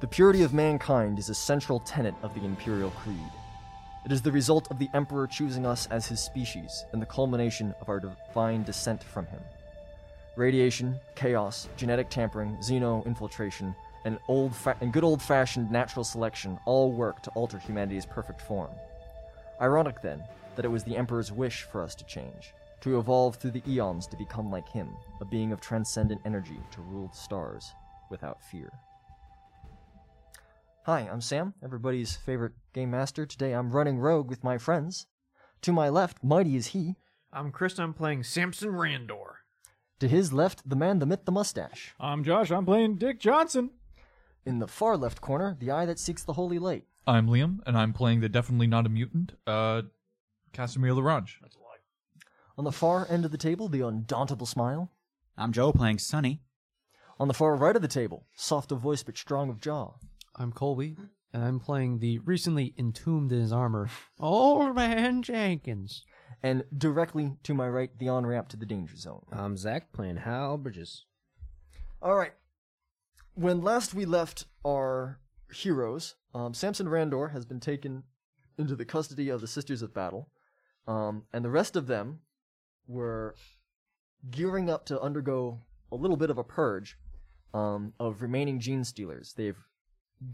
The purity of mankind is a central tenet of the Imperial Creed. It is the result of the Emperor choosing us as his species and the culmination of our divine descent from him. Radiation, chaos, genetic tampering, xeno infiltration, and, old fa- and good old fashioned natural selection all work to alter humanity's perfect form. Ironic, then, that it was the Emperor's wish for us to change, to evolve through the eons to become like him, a being of transcendent energy to rule the stars without fear. Hi, I'm Sam, everybody's favorite game master. Today I'm running rogue with my friends. To my left, mighty is he. I'm Chris. I'm playing Samson Randor. To his left, the man, the myth, the mustache. I'm Josh. I'm playing Dick Johnson. In the far left corner, the eye that seeks the holy light. I'm Liam, and I'm playing the definitely not a mutant, uh, Casimir Larange. On the far end of the table, the undauntable smile. I'm Joe playing Sunny. On the far right of the table, soft of voice but strong of jaw. I'm Colby, and I'm playing the recently entombed in his armor, Old Man Jenkins. And directly to my right, the on ramp to the danger zone. I'm Zach playing Hal Bridges. All right. When last we left our heroes, um, Samson Randor has been taken into the custody of the Sisters of Battle, um, and the rest of them were gearing up to undergo a little bit of a purge um, of remaining gene stealers. They've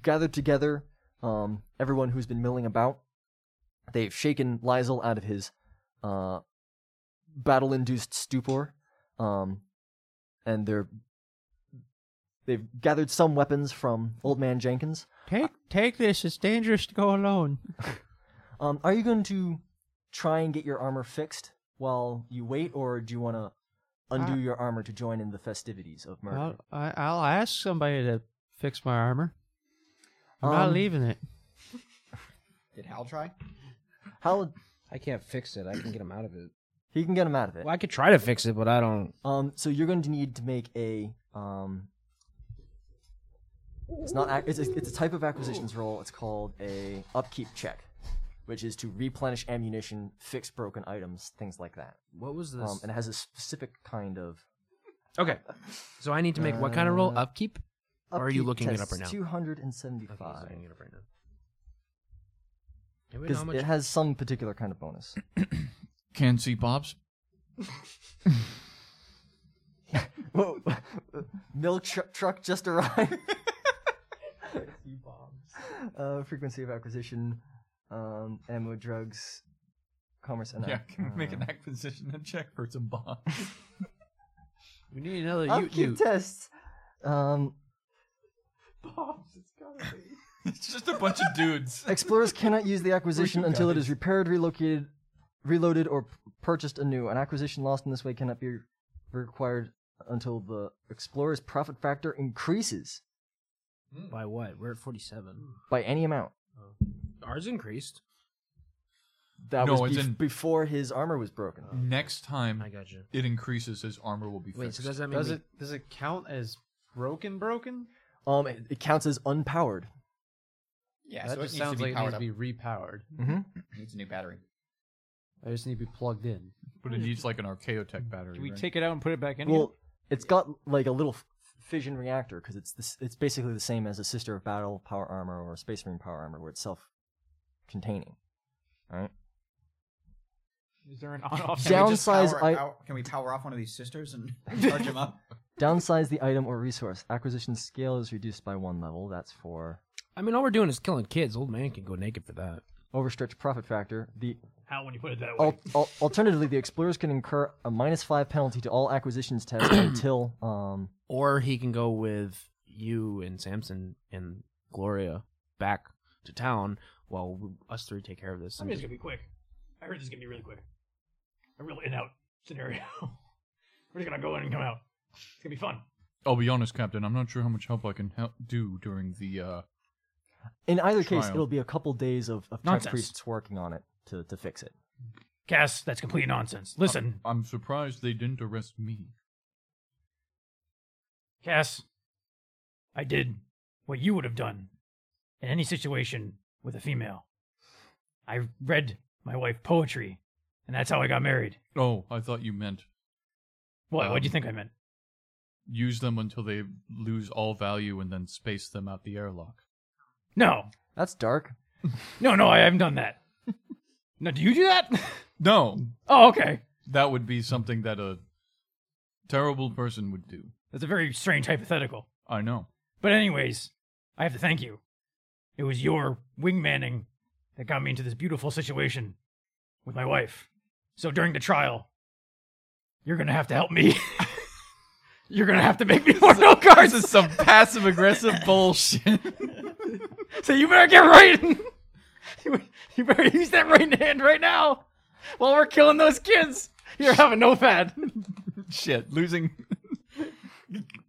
gathered together um, everyone who's been milling about. They've shaken Lysel out of his uh, battle induced stupor, um, and they're they've gathered some weapons from Old Man Jenkins. Take take this. It's dangerous to go alone. Um, are you going to try and get your armor fixed while you wait, or do you want to undo Uh, I- your armor to join in the festivities of murder? I'll, I, I'll ask somebody to fix my armor. I'm not Um, leaving it. Did Hal try? How I can't fix it. I can get him out of it. he can get him out of it? Well, I could try to fix it, but I don't. Um, so you're going to need to make a um. It's not. ac- It's a, it's a type of acquisitions roll. It's called a upkeep check, which is to replenish ammunition, fix broken items, things like that. What was this? Um, and it has a specific kind of. Uh, okay, so I need to make what kind of roll? Upkeep. Or are you looking it up right now? Two hundred and I think he's seventy-five. looking it up right now. Hey, wait, Because how much- it has some particular kind of bonus. Can see Bob's. Whoa! Milk tr- truck just arrived. uh, frequency of acquisition, um, ammo, drugs, commerce, and Yeah, ac- can we make an uh, acquisition and check for some bombs? We need another upkeep tests. Um, it's just a bunch of dudes. explorers cannot use the acquisition you until it guys? is repaired, relocated, reloaded, or p- purchased anew. An acquisition lost in this way cannot be required until the explorer's profit factor increases By what? We're at 47. by any amount. Oh. Ours increased. That No, was it's bef- in- before his armor was broken. Next time I got you. it increases, his armor will be fixed. Wait, so does that mean Does we- it does it count as broken? Broken? Um, it, it counts as unpowered. Yeah, that so just it needs to sounds be like it powered needs to be repowered. Mm-hmm. up. Needs a new battery. I just need to be plugged in. But it needs like an Archaeotech battery. Do we right? take it out and put it back in? Well, it's got like a little f- fission reactor because it's this, it's basically the same as a sister of battle power armor or space marine power armor, where it's self-containing. All again? right. Is there an on-off? Yeah. Can we just Downsize power I- out- can we power off one of these sisters and charge them up? Downsize the item or resource. Acquisition scale is reduced by one level. That's for I mean, all we're doing is killing kids. Old man can go naked for that. overstretched profit factor. The How when you put it that al- al- alternatively, the explorers can incur a minus five penalty to all acquisitions tests until um. or he can go with you and Samson and Gloria back to town while we, us three take care of this. I mean, it's gonna be quick. I heard this is gonna be really quick. A real in-out scenario. We're just gonna go in and come out. It's gonna be fun. I'll be honest, Captain. I'm not sure how much help I can help do during the. uh In either case, Trial. it'll be a couple days of, of tech Nonsense. priests working on it to, to fix it. Cass, that's complete nonsense. Listen, I'm surprised they didn't arrest me. Cass, I did what you would have done in any situation with a female. I read my wife poetry, and that's how I got married. Oh, I thought you meant What? what Um, do you think I meant? use them until they lose all value and then space them out the airlock. No, That's dark. no, no. I haven't done that. no, do you do that? No, oh, okay. that would be something that a terrible person would do. That's a very strange hypothetical. I know. But anyways, I have to thank you. It was your wingmanning that got me into this beautiful situation with my wife. So during the trial, you're gonna have to help me. you're gonna have to make me more note cards. This is some passive aggressive bullshit. So you better get writing. You- you better use that right hand right now while we're killing those kids. Here, have a notepad. Shit, losing,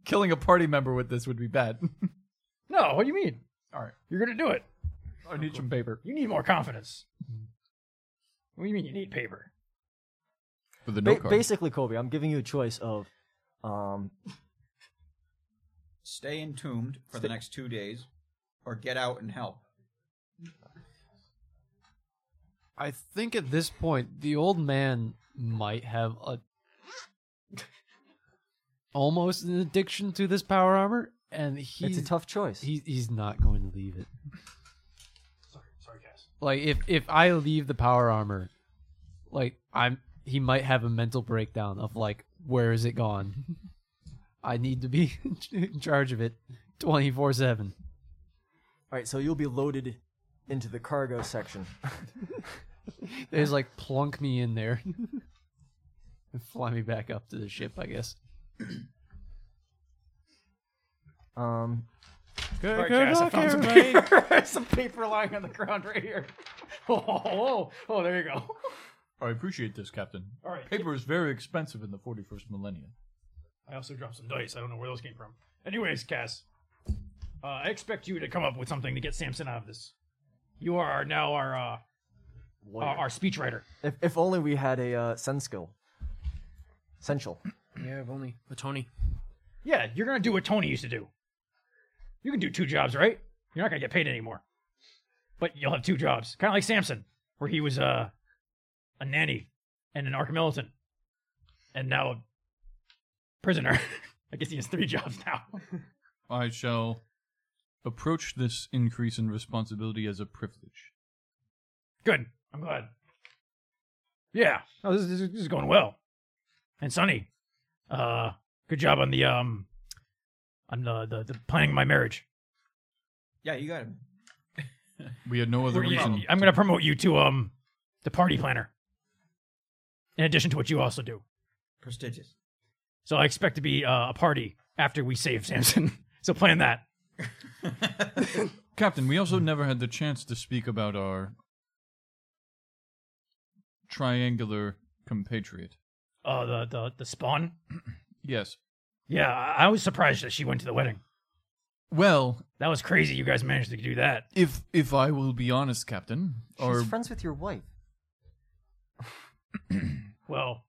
killing a party member with this would be bad. No, what do you mean? All right, You're gonna do it. I need some paper You need more confidence. What do you mean you need paper? for the Ba- note card. basically, Colby, I'm giving you a choice of, um, Stay entombed for the next two days, or get out and help. I think at this point the old man might have a almost an addiction to this power armor, and it's he's a tough choice. he, he's not going to leave it. Sorry, sorry, guys. Like if if I leave the power armor, like I'm he might have a mental breakdown of like where is it gone? I need to be in charge of it twenty four seven. All right, so you'll be loaded into the cargo section. They just like plunk me in there and fly me back up to the ship, I guess. Um, All right, Cass, I found some paper. some paper lying on the ground right here. Oh, oh, oh, oh, there you go. I appreciate this, Captain. All right. Paper is very expensive in the 41st millennium. I also dropped some dice. I don't know where those came from. Anyways, Cass, uh, I expect you to come up with something to get Samson out of this. You are our, now our uh, uh, our speechwriter. if, if only we had a uh, sense skill. Essential. Yeah, if only. But Tony. Yeah, you're gonna do what Tony used to do. You can do two jobs, right? You're not gonna get paid anymore, but you'll have two jobs, kind of like Samson, where he was uh, a nanny and an archimilitant, and now a prisoner. I guess he has three jobs now. I shall approach this increase in responsibility as a privilege. Good. I'm glad. Yeah. No, this, this, this is going well. And Sonny, uh, good job on the um, on the the, the planning of my marriage. Yeah, you got him. We had no other We're- reason. I'm going to promote you to um, the party planner. In addition to what you also do, Prestigious. so I expect to be uh, a party after we save Samson. so plan that. Captain, we also never had the chance to speak about our triangular compatriot. Uh, the the the spawn. Yes. Yeah, I, I was surprised that she went to the wedding. Well, That was crazy. You guys managed to do that. if if I will be honest, Captain, She's or friends with your wife. Well,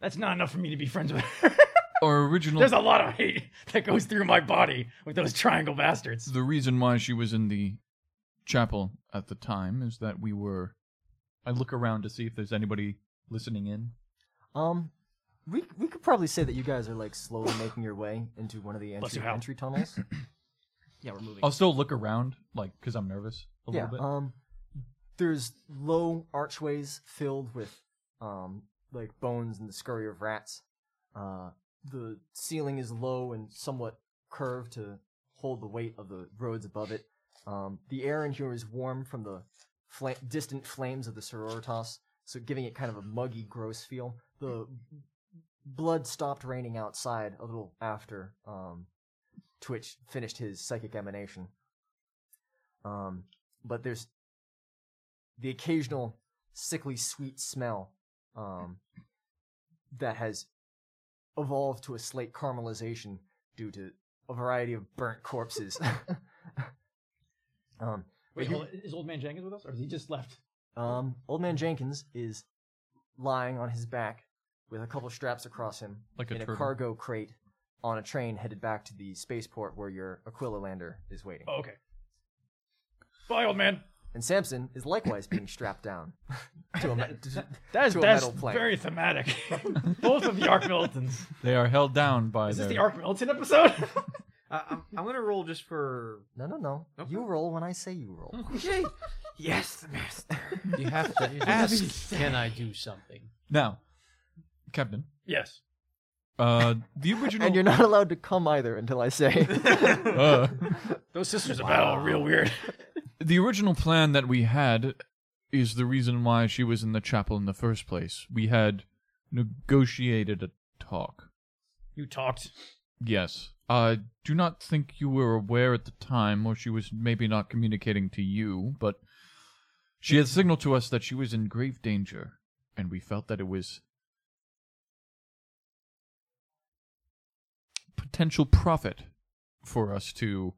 that's not enough for me to be friends with her. our original There's a lot of hate that goes through my body with those triangle bastards. the reason why she was in the chapel at the time is that we were I look around to see if there's anybody listening in. Um, we we could probably say that you guys are like slowly making your way into one of the Bless entry, you, Hal. entry tunnels. Yeah, we're moving. I'll still look around like cuz I'm nervous a yeah. little bit. Um, there's low archways filled with um like bones and the scurry of rats. Uh, the ceiling is low and somewhat curved to hold the weight of the roads above it. Um, the air in here is warm from the fla- distant flames of the sororitas, so giving it kind of a muggy, gross feel. The blood stopped raining outside a little after um, Twitch finished his psychic emanation. Um, but there's the occasional sickly sweet smell um, that has evolved to a slate caramelization due to a variety of burnt corpses. um, Wait, but you- hold on, is old man Jenkins with us, or is he just left? um, old man Jenkins is lying on his back with a couple straps across him Like a in a turtle. cargo crate on a train headed back Oh, to the spaceport where your Aquila lander is waiting. Oh, okay. Bye, old man. and Samson is likewise being strapped down to a, me- to, That is to a that's metal plank. very thematic. Both of the Ark Militants. They are held down by Is this their the Ark Militant episode? Uh, I'm, I'm gonna roll just for. No, no, no. Okay. You roll when I say you roll. Okay. yes, master. You have to ask, can I do something? now, Captain. yes. Uh, the original. And you're not allowed to come either until I say. uh, Those sisters of battle are real weird. the original plan that we had is the reason why she was in the chapel in the first place. We had negotiated a talk. You talked. Yes. I do not think you were aware at the time, or she was maybe not communicating to you, but she had signaled to us that she was in grave danger, and we felt that it was potential profit for us to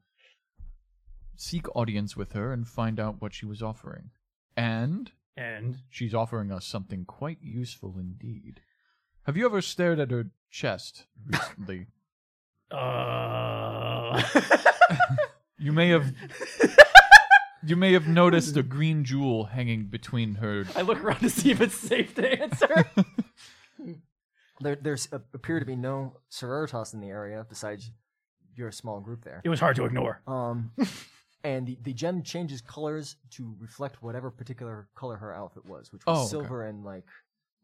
seek audience with her and find out what she was offering. And And she's offering us something quite useful indeed. Have you ever stared at her chest recently? uh You may have You may have noticed a green jewel hanging between her I look around to see if it's safe to answer. there there's a, appear to be no sororitas in the area besides your small group there. it was hard to ignore. Um, and the, the gem changes colors to reflect whatever particular color her outfit was, which was Oh, okay. silver and like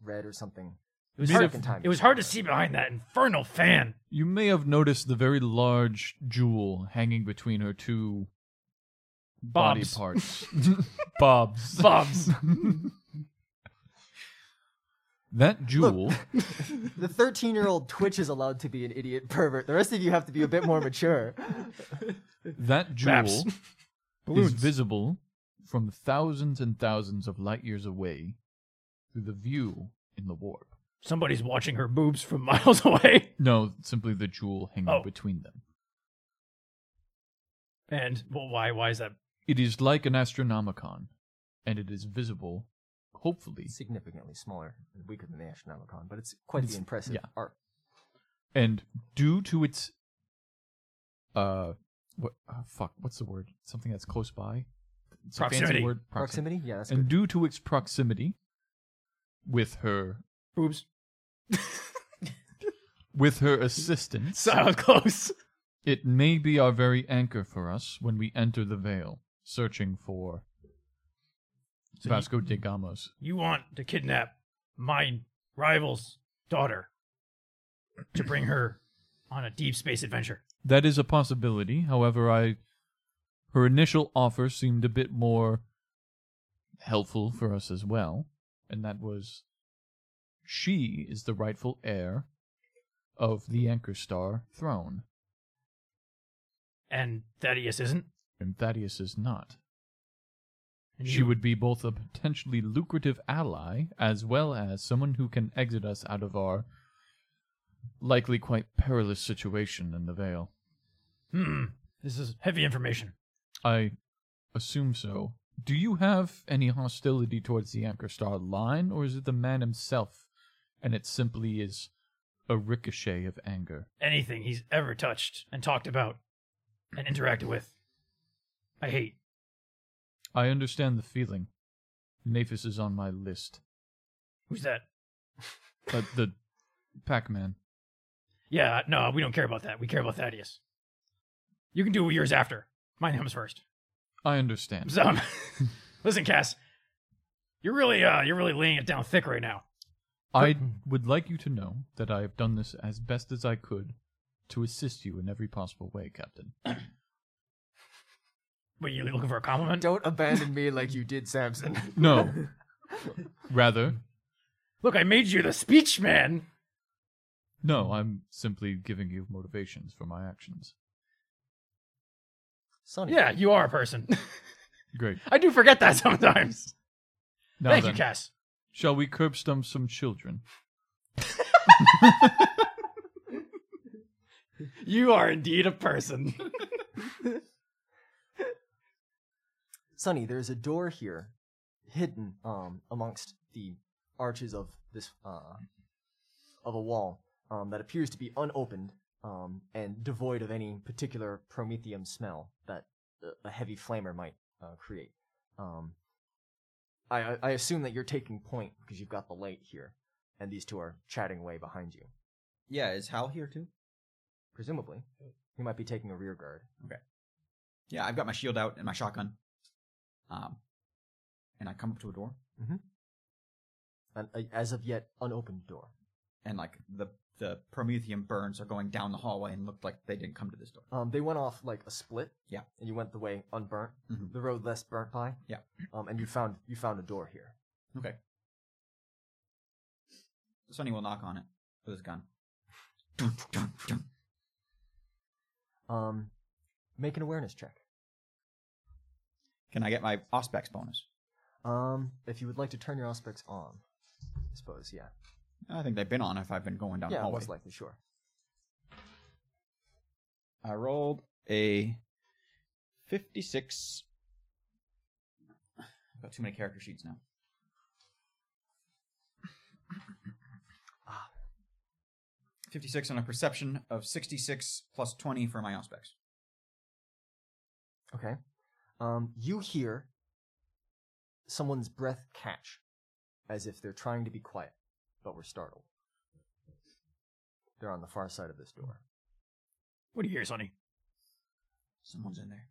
red or something. It was Made hard of- Second time It was hard to see behind that infernal fan. you may have noticed the very large jewel hanging between her two body Bobs. parts. Bobs. Bobs. That jewel The 13 year old Twitch is allowed to be an idiot pervert. The rest of you have to be a bit more mature. that Baps. jewel is visible from thousands and thousands of light years away through the view in the warp. Somebody's watching her boobs from miles away. No, simply the jewel hanging Oh. between them. And well, why? Why is that? It is like an astronomicon, and it is visible, hopefully, Significantly smaller and weaker than the Astronomicon, but it's quite the impressive yeah. art. and due to its uh what uh, fuck what's the word something that's close by It's a fancy Proximity. word proximity Proximity? Yeah, that's and good. due to its proximity with her Boobs. with her assistance So I was close. it may be our very anchor for us when we enter the veil searching for Vasco da Gama's You want to kidnap my rival's daughter to bring her on a deep space adventure. That is a possibility. However, I her initial offer seemed a bit more helpful for us as well, and that was she is the rightful heir of the Anchor Star throne, And Thaddeus isn't. and Thaddeus is not. And She you- would be both a potentially lucrative ally as well as someone who can exit us out of our likely quite perilous situation in the Vale. Hmm. This is heavy information. I assume so. Do you have any hostility towards the Anchor Star line, or is it the man himself, and it simply is a ricochet of anger? Anything he's ever touched and talked about and interacted with, I hate. I understand the feeling. Naphis is on my list, Who's that? but the Pac-Man. Yeah, no, we don't care about that. We care about Thaddeus. You can do yours after. Mine comes first. I understand. So, listen, Cass, you're really, uh, you're really laying it down thick right now. I would like you to know that I have done this as best as I could to assist you in every possible way, Captain. But you're looking for a compliment. Don't abandon me like you did Samson. No. Rather, Look, I made you the speech man. no, I'm simply giving you motivations for my actions. Sonny. Yeah, you are a person. Great. I do forget that sometimes. Now Thank then. you, Cass. Shall we curb stump some children? You are indeed a person. Sonny, there's a door here hidden um, amongst the arches of this uh, of a wall um, that appears to be unopened um, and devoid of any particular promethium smell that uh, a heavy flamer might uh, create. Um, I, I- I assume that you're taking point because you've got the light here, and these two are chatting away behind you. Yeah, is Hal here too? Presumably, he might be taking a rear guard. Yeah, I've got my shield out and my shotgun. Um, and I come up to a door, An, a, Mm-hmm. uh, as of yet unopened door. and like the the Promethean burns are going down the hallway and looked like they didn't come to this door. Um, they went off like a split. Yeah. And you went the way unburnt, Mhm. the road less burnt by. Yeah. Um, and you found you found a door here. Okay. Sonny will knock on it with his gun. Dun, dun, dun. Um, make an awareness check. Can I get my Auspex bonus? Um, if you would like to turn your aspects on, I suppose. Yeah. I think they've been on if I've been going down the yeah, hallway. most likely. Sure. I rolled a 56. I've got too many character sheets now. Ah. 56 on a perception of 66 plus 20 for my aspects. Okay. Um, you hear someone's breath catch, as if they're trying to be quiet, but were startled. They're on the far side of this door. What do you hear, Sonny? Someone's in there.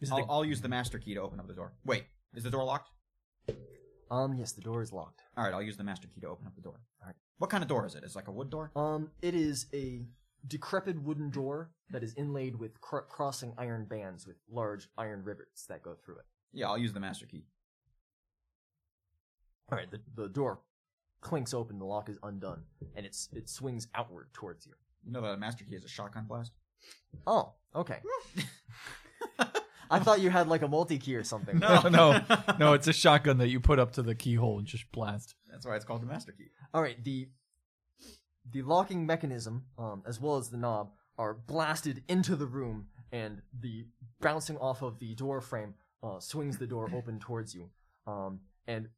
Is it I'll, the- I'll use the master key to open up the door. Wait, is the door locked? Um, yes, the door is locked. All right, I'll use the master key to open up the door. All right. What kind of door is it? It's like a wood door? Um, it is a decrepit wooden door that is inlaid with cr- crossing iron bands with large iron rivets that go through it. Yeah, I'll use the master key. All right, the, the door clinks open, the lock is undone, and it's it swings outward towards you. You know that a master key is a shotgun blast? Oh, okay. I thought you had like a multi key or something. no, no, it's a shotgun that you put up to the keyhole and just blast. That's why it's called the master key. All right, the the locking mechanism, um, as well as the knob, are blasted into the room, and the bouncing off of the door frame uh, swings the door open towards you. Um, and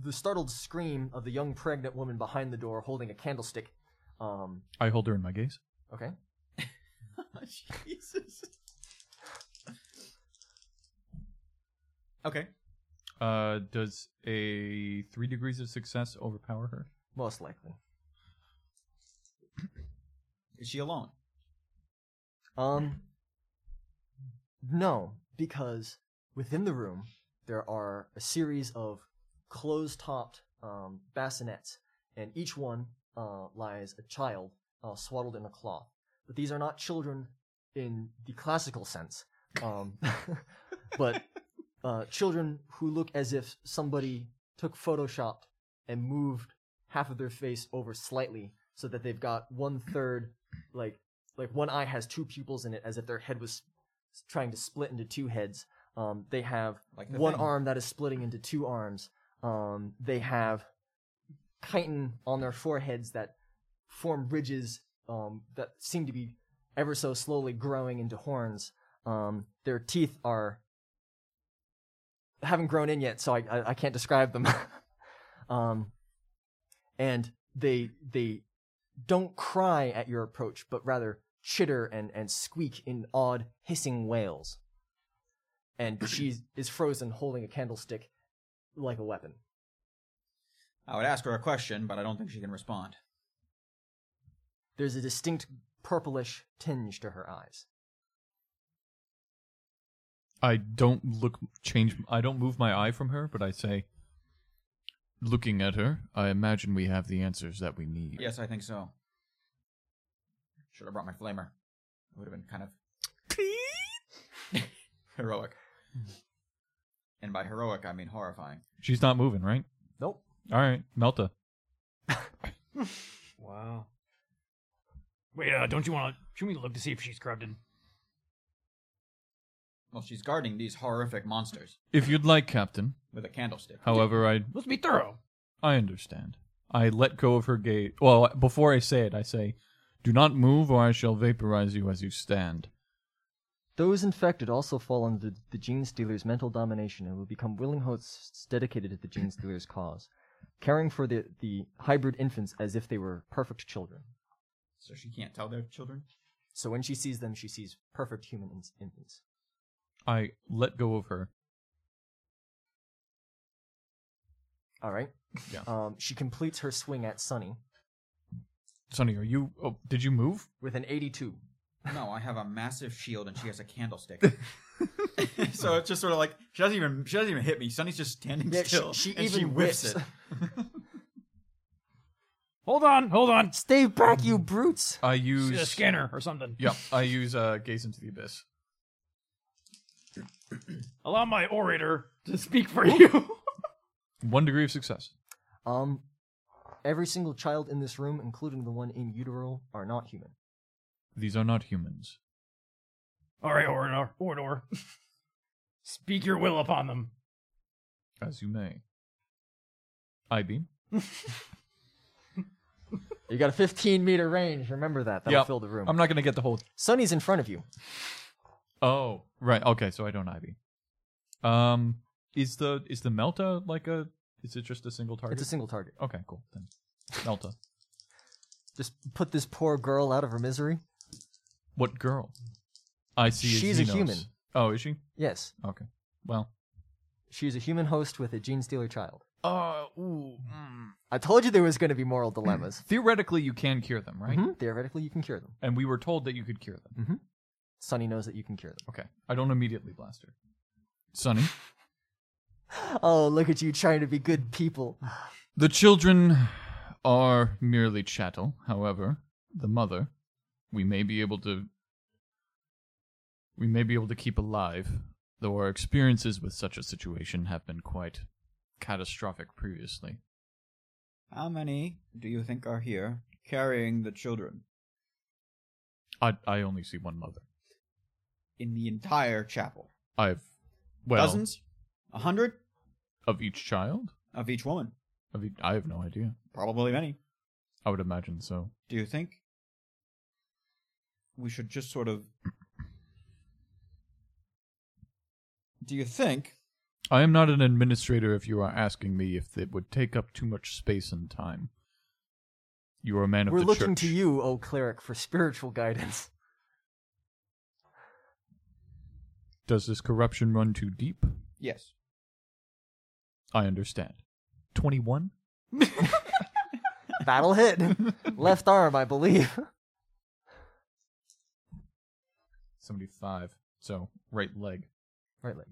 the startled scream of the young pregnant woman behind the door, holding a candlestick. Um, I hold her in my gaze. okay. Jesus. Okay. Uh, does a three degrees of success overpower her? Most likely. Is she alone? Um, no, because within the room there are a series of closed-topped um, bassinets, and each one uh, lies a child uh, swaddled in a cloth. But these are not children in the classical sense, um, but uh, children who look as if somebody took Photoshop and moved half of their face over slightly so that they've got one third, like like one eye has two pupils in it as if their head was s- trying to split into two heads um, they have Like the one thing. arm that is splitting into two arms um, they have chitin on their foreheads that form ridges um, that seem to be ever so slowly growing into horns um, their teeth are haven't grown in yet so i, I, I can't describe them um, and they they don't cry at your approach, but rather chitter and, and squeak in odd hissing wails. And she is frozen holding a candlestick like a weapon. I would ask her a question, but I don't think she can respond. There's a distinct purplish tinge to her eyes. I don't look change. I don't move my eye from her, but I say, looking at her, I imagine we have the answers that we need. Yes, I think so. Should have brought my flamer. It would have been kind of heroic. And by heroic, I mean horrifying. She's not moving, right? Nope. All right, Melta. Wow. Wait, uh, don't you want to? Should we look to see if she's corrupted? Well, she's guarding these horrific monsters If you'd like, Captain. with a candlestick. However, I Let's be thorough. I understand. I let go of her gaze. Well, before I say it, I say, "Do not move, or I shall vaporize you as you stand." Those infected also fall under the Gene Stealer's mental domination and will become willing hosts dedicated to the Gene Stealer's cause, caring for the, the hybrid infants as if they were perfect children. So she can't tell their children? So when she sees them, she sees perfect human in- infants. I let go of her. All right. Yeah. Um, she completes her swing at Sunny Sonny, are you? Oh, did you move? with an 82. No, I have a massive shield and she has a candlestick. so it's just sort of like she doesn't even she doesn't even hit me. Sunny's just standing Yeah, she- still. she and she even whips, whips. it. Hold on, hold on. Stay back, you brutes! I Use a use. scanner or something. Yeah, I use uh, gaze into the abyss. Allow my orator to speak for you. One degree of success. Um, every single child in this room, including the one in utero, are not human. These are not humans. All right, orator, orator. Speak your will upon them. As you may. I beam. You got a 15 meter range. Remember that. That'll Yep. fill the room. I'm not gonna get the whole. Sunny's in front of you. Oh, right. Okay, so I don't I beam. Um, is the is the Melta like a? Is it just a single target? It's a single target. okay, cool. Then Melta. Just put this poor girl out of her misery. What girl? I see. as She's a Xenos. human. Oh, is she? Yes, Okay. Well. she's a human host with a gene stealer child. Oh, ooh. mm. I told you there was going to be moral dilemmas. Theoretically, you can cure them, right? Mhm. Theoretically, you can cure them. And we were told that you could cure them. Sunny knows that you can cure them. Okay. I don't immediately blast her. Sonny. Oh, look at you trying to be good people. The children are merely chattel. However, the mother, we may be able to. We may be able to keep alive, though our experiences with such a situation have been quite catastrophic previously. How many do you think are here carrying the children I I only see one mother. in the entire chapel? I've well Dozens, a hundred of each child. of each woman, Of each, I have no idea. probably many. I would imagine so. Do you think we should just sort of? Do you think I am not an administrator if you are asking me if it would take up too much space and time. You are a man of We're the looking church. to you, oh cleric, for spiritual guidance. Does this corruption run too deep? yes? I understand. 21? Battle hit. Left arm, I believe. 75. So, right leg. Right leg.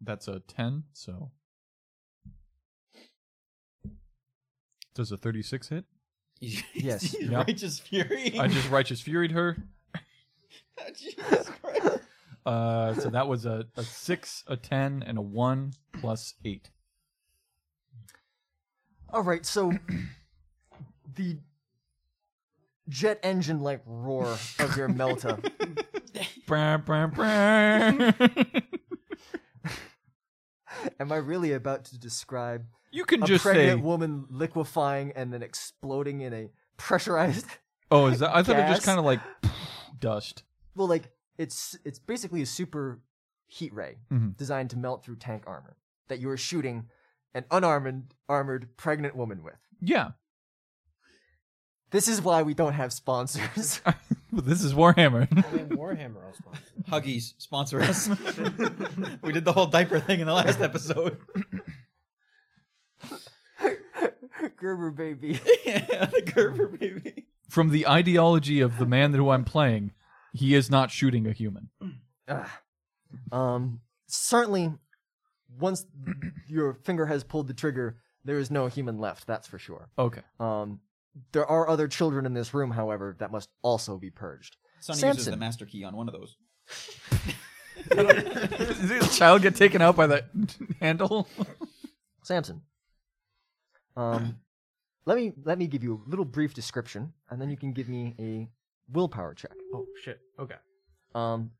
That's a 10, so. Does a 36 hit? Yes. Yep. Righteous fury. Oh, I just righteous furied her. Jesus Christ. Uh, so that was a, a 6, a 10, and a 1 plus 8. All right, so the jet engine like roar of your Melta Brr, brr, brr. Am I really about to describe you can a just say. pregnant woman liquefying and then exploding in a pressurized? Oh, is that? I thought it just Gas. kind of like dust. Well, like it's it's basically a super heat ray Mhm. designed to melt through tank armor that you are shooting an unarmored armored pregnant woman with. Yeah. This is why we don't have sponsors. this is Warhammer. Warhammer also. Huggies sponsor us. we did the whole diaper thing in the last episode. Gerber baby. yeah, the Gerber baby. From the ideology of the man who I'm playing, he is not shooting a human. Ah. Um, certainly, once your finger has pulled the trigger, there is no human left. That's for sure. Okay. Um, there are other children in this room, however, that must also be purged. Sonny uses Samson. the master key on one of those. Does this child get taken out by the handle? Samson, um, let me let me give you a little brief description, and then you can give me a willpower check. Oh shit. Okay. Um,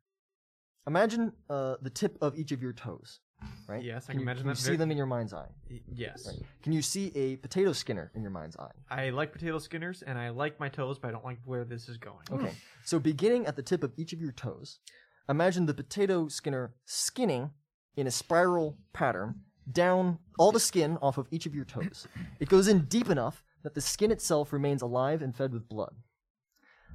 imagine uh, the tip of each of your toes, right? Yes, I can you- imagine you that see very- them in your mind's eye. Y- Yes. Right. Can you see a potato skinner in your mind's eye? I like potato skinners and I like my toes, but I don't like where this is going. Okay. So beginning at the tip of each of your toes, imagine the potato skinner skinning in a spiral pattern down all the skin off of each of your toes. It goes in deep enough that the skin itself remains alive and fed with blood.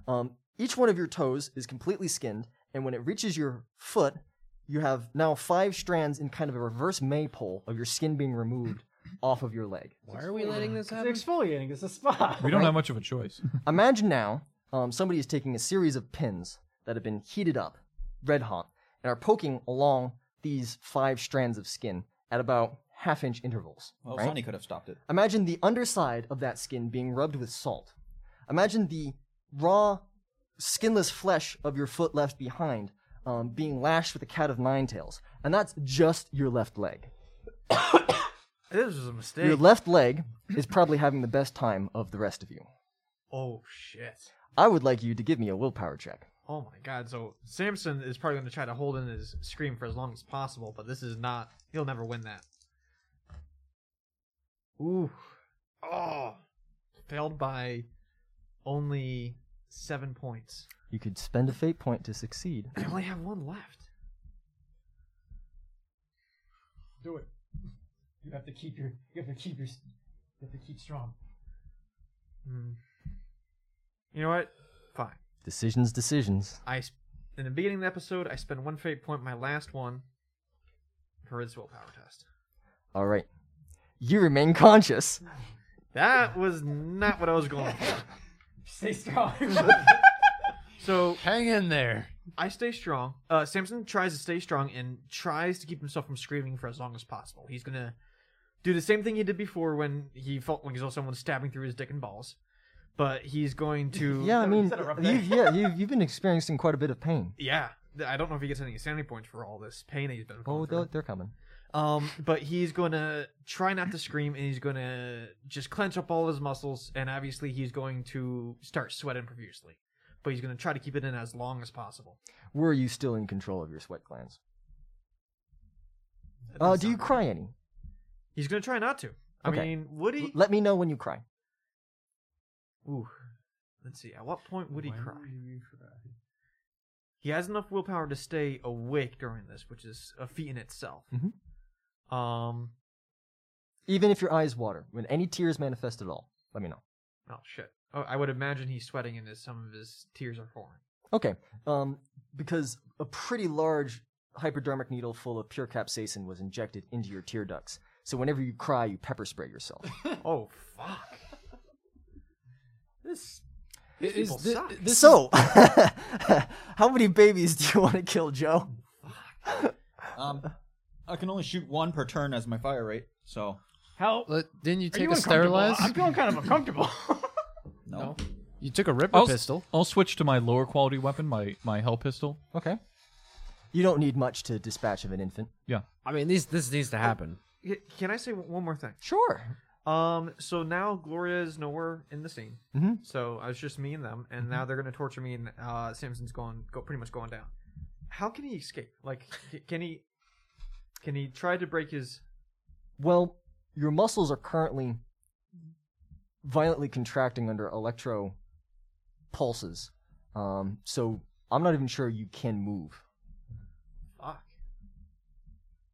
Um, Each one of your toes is completely skinned, and when it reaches your foot, you have now five strands in kind of a reverse maypole of your skin being removed off of your leg. Why are we letting this It's exfoliating. It's a spa. We don't have much of a choice. Imagine now um, somebody is taking a series of pins that have been heated up, red hot, and are poking along these five strands of skin at about half inch intervals. Well, right? Sonny could have stopped it. Imagine the underside of that skin being rubbed with salt. Imagine the raw, skinless flesh of your foot left behind um, being lashed with a cat of nine tails. And that's just your left leg. This is a mistake. Your left leg is probably having the best time of the rest of you. oh shit. I would like you to give me a willpower check. Oh my god. So Samson is probably going to try to hold in his scream for as long as possible, but this is not. He'll never win that. Ooh. Oh. Failed by only seven points. You could spend a fate point to succeed. I only have one left. do it. You have to keep your. You have to keep your. You have to keep strong. Hmm. You know what? Fine. Decisions, decisions. I sp- in the beginning of the episode, I spend one fate point, my last one, for his willpower test. All right. You remain conscious. That was not what I was going for. Stay strong. So Hang in there. I stay strong. Uh, Samson tries to stay strong and tries to keep himself from screaming for as long as possible. He's gonna do the same thing he did before when he felt like he saw someone stabbing through his dick and balls, but he's going to Yeah, I mean, set her up there. you've, yeah, you've, you've been experiencing quite a bit of pain. yeah. Th- I don't know if he gets any insanity points for all this pain that he's been. going Oh, through. they're, they're coming. Uh, Um, but he's gonna try not to scream, and he's gonna just clench up all his muscles, and obviously he's going to start sweating profusely. But he's gonna try to keep it in as long as possible. Were you still in control of your sweat glands? Uh, do you cry any? He's gonna try not to. I Okay. mean, Woody. L- let me know when you cry. Ooh. Let's see. At what point would he cry? He has enough willpower to stay awake during this, which is a feat in itself. Mhm. Um. Even if your eyes water, when any tears manifest at all, let me know. Oh shit. Oh, I would imagine he's sweating, and his- some of his tears are pouring. Okay, um, because a pretty large hypodermic needle full of pure capsaicin was injected into your tear ducts. So whenever you cry, you pepper spray yourself. Oh fuck. This Is people thi- suck. this so, how many babies do you want to kill, Joe? Um, I can only shoot one per turn as my fire rate, so How are Let- didn't you take you a uncomfortable? sterilize? I'm feeling kind of uncomfortable. no. You took a ripper I'll, pistol. I'll switch to my lower quality weapon, my, my hell pistol. Okay. You don't need much to dispatch of an infant. I mean, these this needs to happen. Y- Can I say w- one more thing? Sure. Um, so now Gloria is nowhere in the scene. Mhm. So I was just me and them, and Mm-hmm. now they're gonna torture me, and uh, Samson's going, go, pretty much going down. How can he escape? Like, c- can he? Can he try to break his? Well, your muscles are currently violently contracting under electro pulses. Um, so I'm not even sure you can move. Fuck.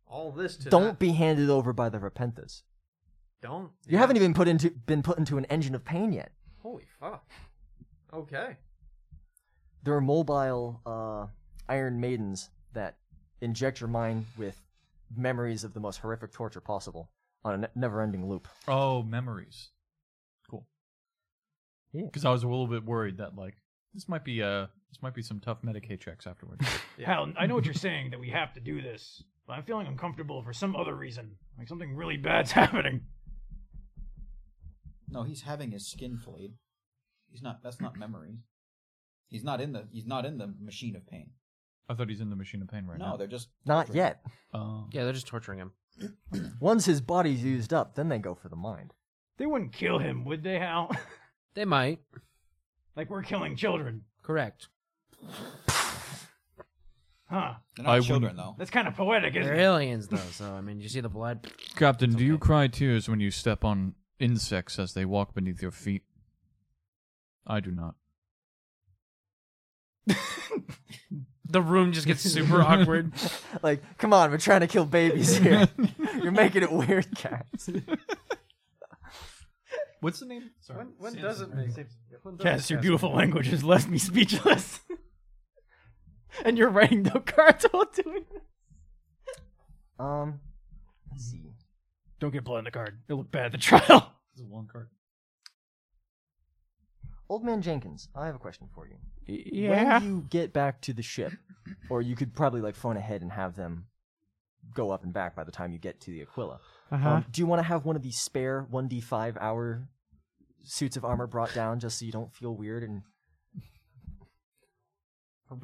All this to Don't not- be handed over by the repentas. don't. You haven't even put into been put into an engine of pain yet. Holy fuck. Okay. There are mobile uh, iron maidens that inject your mind with memories of the most horrific torture possible on a ne- never-ending loop. Oh, memories. Cool. Yeah. Because I was a little bit worried that like this might be uh this might be some tough Medicaid checks afterwards. Hal, I know what you're saying that we have to do this, but I'm feeling uncomfortable for some other reason. Like something really bad's happening. No, he's having his skin flayed. He's not. That's not memory. He's not in the. He's not in the machine of pain. I thought he's in the machine of pain right No, now. they're just Not yet. Oh. Yeah, they're just torturing him. Once his body's used up, then they go for the mind. They wouldn't kill him, would they, Hal? They might. like we're killing children, Correct. huh? they're I not children wouldn't- though. That's kind of poetic, isn't They're it? aliens though, so I mean, you see the blood. Captain, do you okay. cry tears when you step on insects as they walk beneath your feet? I do not. The room just gets super awkward. Like, come on, we're trying to kill babies here. You're making it weird, guys. What's the name? Sorry. When, when does it make sense? When does Yes, your beautiful language has left me speechless. and you're writing no cards while doing this. Um, let's see. Don't get blood on the card. It'll look bad at the trial. This is one card. Old Man Jenkins, I have a question for you. Yeah. When you get back to the ship, or you could probably like phone ahead and have them go up and back by the time you get to the Aquila. Um, do you want to have one of these spare 1d5 hour suits of armor brought down just so you don't feel weird and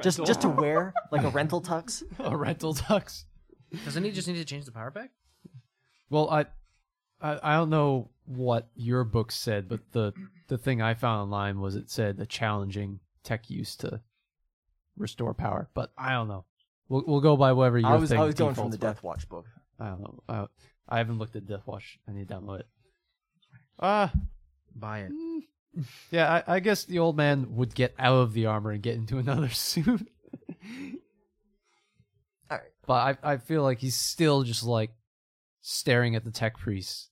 just just to wear like a rental tux? a rental tux. Doesn't he just need to change the power pack? Well, I, I, I don't know what your book said, but the the thing I found online was it said the challenging tech use to restore power, but I don't know. We'll we'll go by whatever your I was thing I was going from the defaults Death Watch book. were. I don't know. I, I haven't looked at Death Watch. I need to download it. uh, Ah, Buy it. yeah. I, I guess the old man would get out of the armor and get into another suit. All right. But I I feel like he's still just like staring at the tech priests,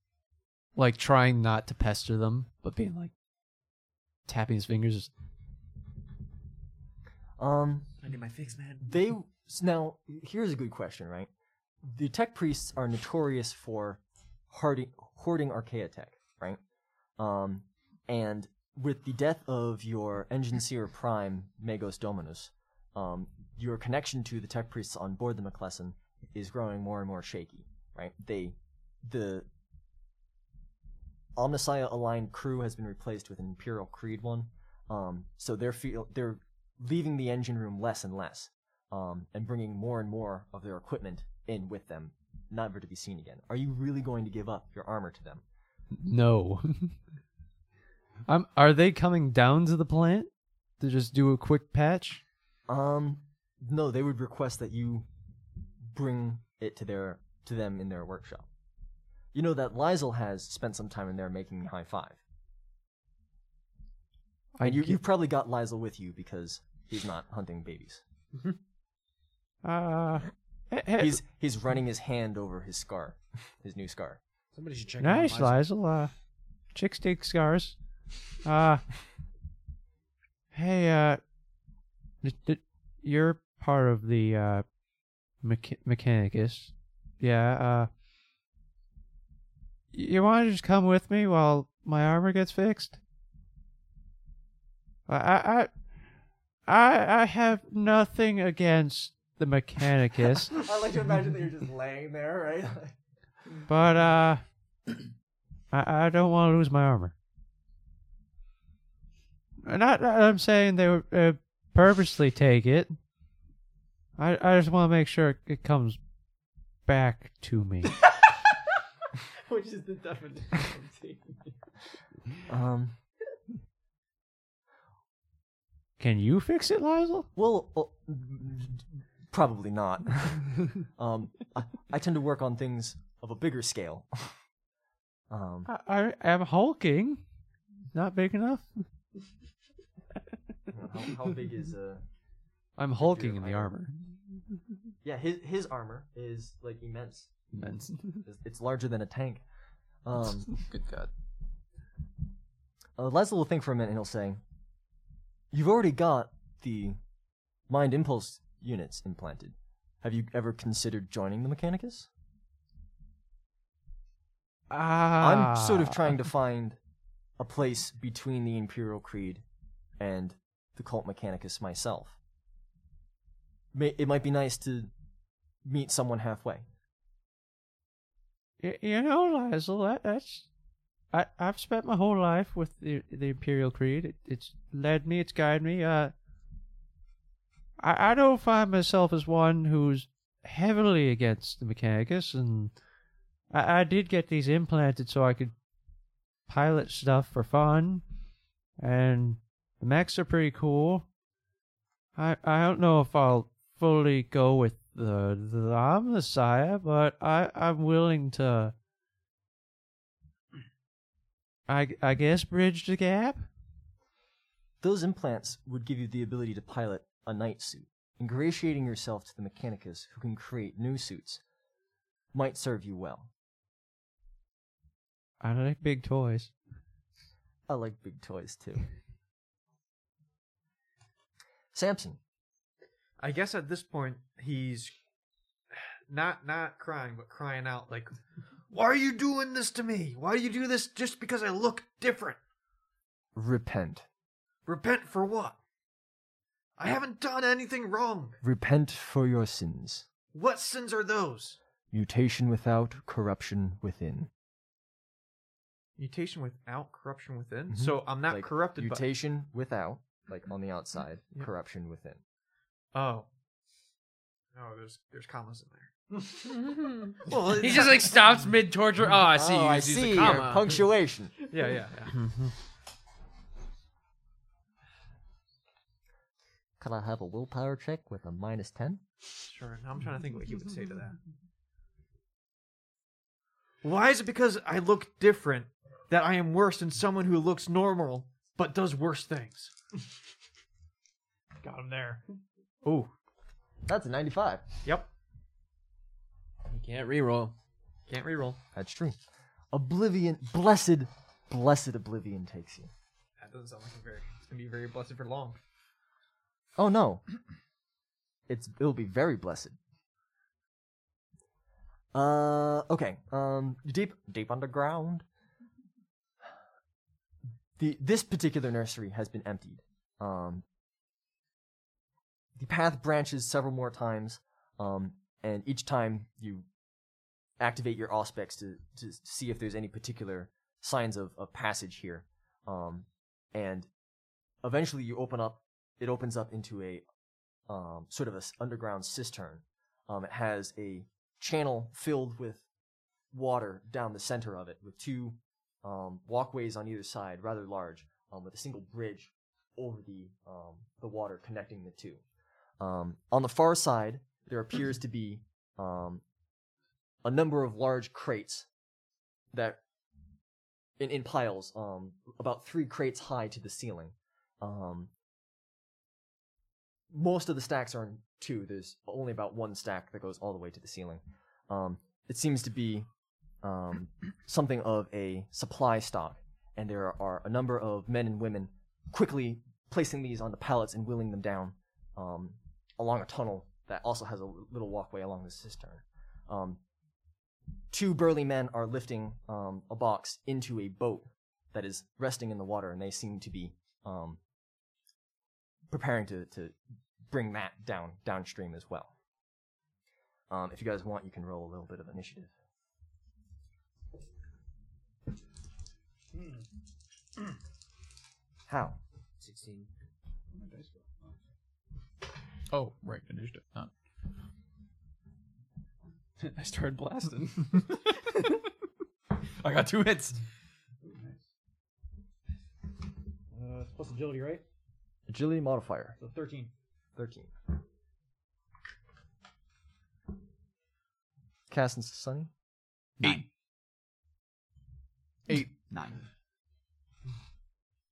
like trying not to pester them, but being like tapping his fingers. Just, Um, I need my fix, man. they s- now here's a good question, right? The tech priests are notorious for hoarding, hoarding archaea tech, right? Um, and with the death of your engine seer prime, Magos Dominus, um, your connection to the tech priests on board the McClellan is growing more and more shaky, right? They, the Omnissiah aligned crew has been replaced with an Imperial Creed one, um, so they're feel they're leaving the engine room less and less, um, and bringing more and more of their equipment in with them, never to be seen again. Are you really going to give up your armor to them? no. I'm. Are they coming down to the plant to just do a quick patch? Um, no, they would request that you bring it to their to them in their workshop. You know that Lizel has spent some time in there making high five. I And you, get- you've probably got Lizel with you because he's not hunting babies. Uh, eh, eh, He's he's running his hand over his scar, his new scar. Somebody should check. nice, out my- Lizel. Uh, chicks take scars. Uh, hey, uh, d- d- you're part of the uh, mecha- Mechanicus. Yeah, uh, you want to just come with me while my armor gets fixed? I, I, I- I, I have nothing against the Mechanicus. I like to imagine that you're just laying there, right? But uh I, I don't want to lose my armor. Not that I'm saying they would uh, purposely take it. I I just want to make sure it comes back to me. Which is the definition. Um, Can you fix it, Lizel? Well, uh, probably not. um, I, I tend to work on things of a bigger scale. um, I, I am hulking. Not big enough. how, how big is uh? I'm hulking in the iron. armor. Yeah, his his armor is like immense. Men's- It's, it's larger than a tank. Um, Good God. uh, Leslie will think for a minute and he'll say, "You've already got the mind impulse units implanted. Have you ever considered joining the Mechanicus?" Ah, I'm sort of trying to find a place between the Imperial Creed and the Cult Mechanicus myself. May, it might be nice to meet someone halfway. Y- You know, Lizel, that, that's. I, I've spent my whole life with the the Imperial Creed. It, it's led me, it's guided me. Uh, I, I don't find myself as one who's heavily against the Mechanicus, and I, I did get these implanted so I could pilot stuff for fun, and the mechs are pretty cool. I I don't know if I'll fully go with the the I'm the sire, but I I'm willing to. I I guess bridge the gap. Those implants would give you the ability to pilot a night suit. Ingratiating yourself to the Mechanicus, who can create new suits, might serve you well. I like big toys. I like big toys too. Samson. I guess at this point he's not not crying, but crying out like, "Why are you doing this to me? Why do you do this just because I look different? Repent. Repent for what? I haven't done anything wrong. Repent for your sins. What sins are those? Mutation without, corruption within. Mutation without corruption within. So I'm not Mm-hmm. Like, corrupted. Mutation without, like on the outside, corruption within. By... Oh, no, there's there's commas in there. well, He it's just not- like stops mid torture. Oh, I see. oh, you I just used see. A your comma. Punctuation. Uh, yeah, yeah, yeah. Could I have a willpower check with a minus ten? Sure. Now I'm trying to think what he would say to that. Why is it because I look different that I am worse than someone who looks normal but does worse things? Got him there. Oh, That's a ninety-five. yep. You can't reroll. Can't reroll. That's true. Oblivion, blessed, blessed oblivion takes you. That doesn't sound like a very. It's gonna be very blessed for long. Oh no. It's it'll be very blessed. Uh okay. Um deep deep underground. The this particular nursery has been emptied. Um the path branches several more times, um, and each time you activate your auspex to, to see if there's any particular signs of, of passage here. Um, and eventually you open up it opens up into a um, sort of an underground cistern. Um, it has a channel filled with water down the center of it, with two um, walkways on either side, rather large, um, with a single bridge over the um, the water connecting the two. Um, on the far side, there appears to be um, a number of large crates that, in, in piles, um, about three crates high to the ceiling. Um, most of the stacks are in two. There's only about one stack that goes all the way to the ceiling. Um, it seems to be um, something of a supply stock, and there are a number of men and women quickly placing these onto pallets and wheeling them down um, along a tunnel that also has a little walkway along the cistern. Um, two burly men are lifting um, a box into a boat that is resting in the water, and they seem to be um, preparing to, to bring that down downstream as well. Um, if you guys want, you can roll a little bit of initiative. How? 16. Oh, right, initiative. Not. I started blasting. I got two hits. Uh, it's plus agility, right? Agility modifier, So 13. 13. Cass and Sunny? Nine. Eight. Nine.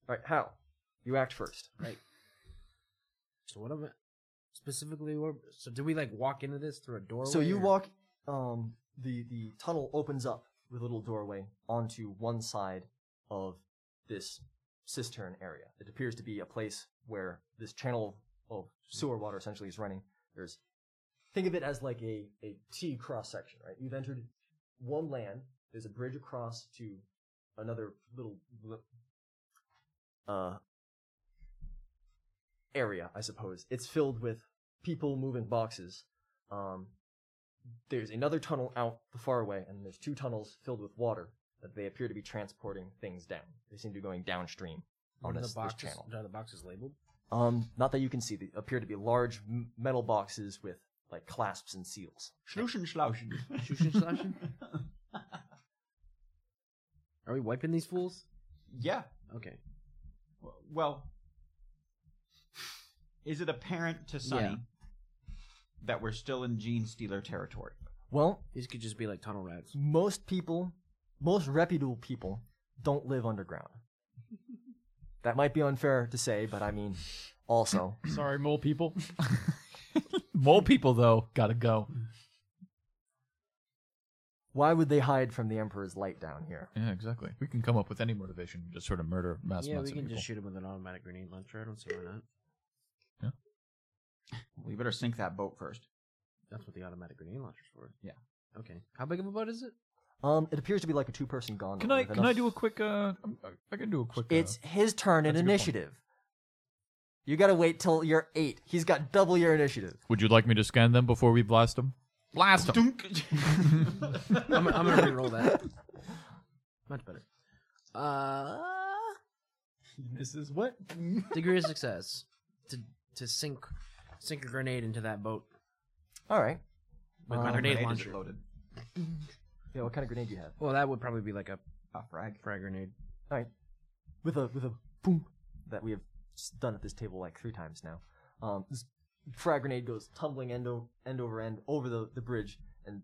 Alright, how? You act first. So what am I specifically? What, so did we like walk into this through a doorway? So you or- walk. Um, the the tunnel opens up with a little doorway onto one side of this cistern area. It appears to be a place where this channel of sewer water essentially is running. There's think of it as like a a T cross section, right? You've entered one land. There's a bridge across to another little li- uh area, I suppose. It's filled with people moving boxes. Um, there's another tunnel out the far way, and there's two tunnels filled with water that they appear to be transporting things down. They seem to be going downstream on Are this, the this boxes, channel. Are the boxes labeled? Um, not that you can see. They appear to be large m- metal boxes with like clasps and seals. Schluschen, Schlauschen. Shushin slashing? Are we wiping these fools? Yeah. Okay. W- Well, is it apparent to Sonny Yeah. that we're still in Gene Stealer territory? Well, These could just be like tunnel rats. most people, most reputable people, don't live underground. that might be unfair to say, but I mean, also, Sorry, mole people. Mole people, though, gotta go. Why would they hide from the Emperor's light down here? Yeah, exactly. We can come up with any motivation, just sort of murder mass yeah, amounts we of can people. just shoot him with an automatic grenade launcher. I don't see why not. We better sink that boat first. That's what the automatic grenade launcher's for. Yeah. Okay. How big of a boat is it? Um, it appears to be like a two-person gondola. Can I with can I enough- do a quick? Uh, I'm- I can do a quick. It's uh, his turn in That's a good point. initiative. You gotta wait till you're eight. He's got double your initiative. would you like me to scan them before we blast them? Blast them. I'm, I'm gonna reroll that. Much better. Uh, This is what? degree of success to to sink sink a grenade into that boat All right. with my Um, grenade Grenade launcher. loaded. Yeah, what kind of grenade do you have? Well, that would probably be like a A frag. frag grenade. All right. With a with a boom that we have s- done at this table like three times now. Um, this frag grenade goes tumbling end, o- end over end over the, the bridge and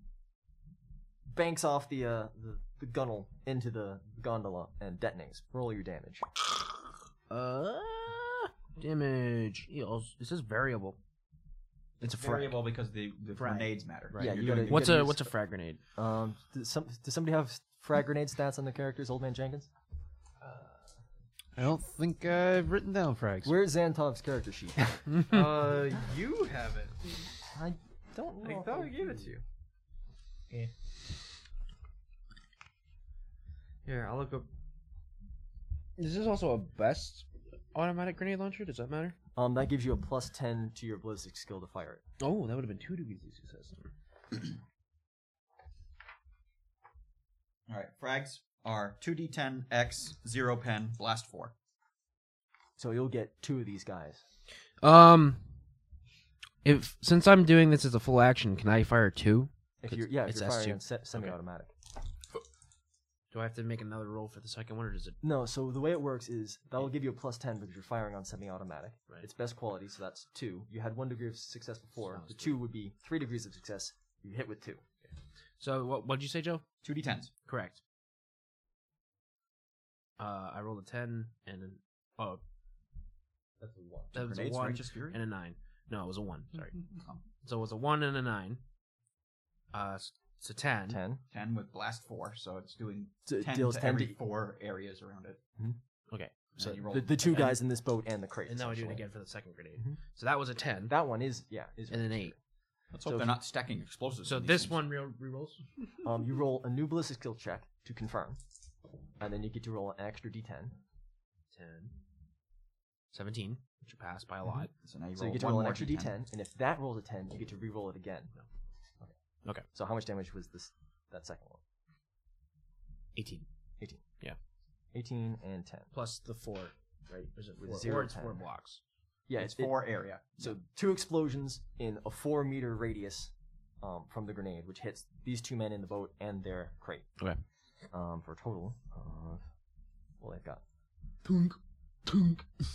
banks off the, uh, the the gunnel into the gondola and detonates. Roll your damage. Uh, damage. Yeah, also- This is variable. It's a frag. Variable because the, the Frag. grenades matter. Yeah, You're you doing gotta- the- What's Yeah, a use- what's a frag grenade? Um, does, some, does somebody have frag grenade stats on the characters? Old man Jenkins. I don't think I've written down frags. Where's Xantov's character sheet? Hmm. uh, you have it. I don't I know. thought I gave it to you. Yeah. Here, I'll look up. Is this also a best automatic grenade launcher? Does that matter? Um, that gives you a plus ten to your ballistic skill to fire it. Oh, that would have been two degrees of success. All right. Frags are 2d10 x 0 pen blast 4. So you'll get two of these guys. Um, if since I'm doing this as a full action, can I fire two? If It's- you're yeah, if it's you're S2. firing on se- semi-automatic. Do I have to make another roll for the second one, or does it? No, so the way it works is that'll give you a plus ten because you're firing on semi-automatic. Right. It's best quality, so that's two. You had one degree of success before. The two would be three degrees of success. You hit with two. So what? What'd you say, Joe? 2d10s. Correct. Uh, I rolled a ten and an oh, That's a one. that was a Grenades, one Righteous Fury? and a nine. No, it was a one. Sorry. So it was a one and a nine. Uh, s- so ten. Ten. 10 with blast 4, so it's doing So it 10 deals to 10 every to- e- Hmm? 4 areas around it. Okay. And So you roll The, the two again. guys in this boat and the crate. and now I do it essentially. Mm-hmm. again for the second grenade. So that was a ten That one is yeah. Is and an eight. Let's so hope if- they're not stacking explosives. So on these this things. one real rerolls. um, you roll a new ballistic skill check to confirm, and then you get to roll an extra d10. 10, 17, which you pass by a lot. Mm-hmm. So now you So roll you get to one roll an more extra d10, and if that rolls a 10, you get to re-roll it again. Okay, So how much damage was this that second one? 18. 18. Yeah. 18 and 10. Plus the 4, right? There's a 4. With zero or it's 4 ten. blocks. Yeah, It's it- four area. So two explosions in a four meter radius um, from the grenade, which hits these two men in the boat and their crate. Okay. Um, for a total of well, they've got. Tunk, tunk.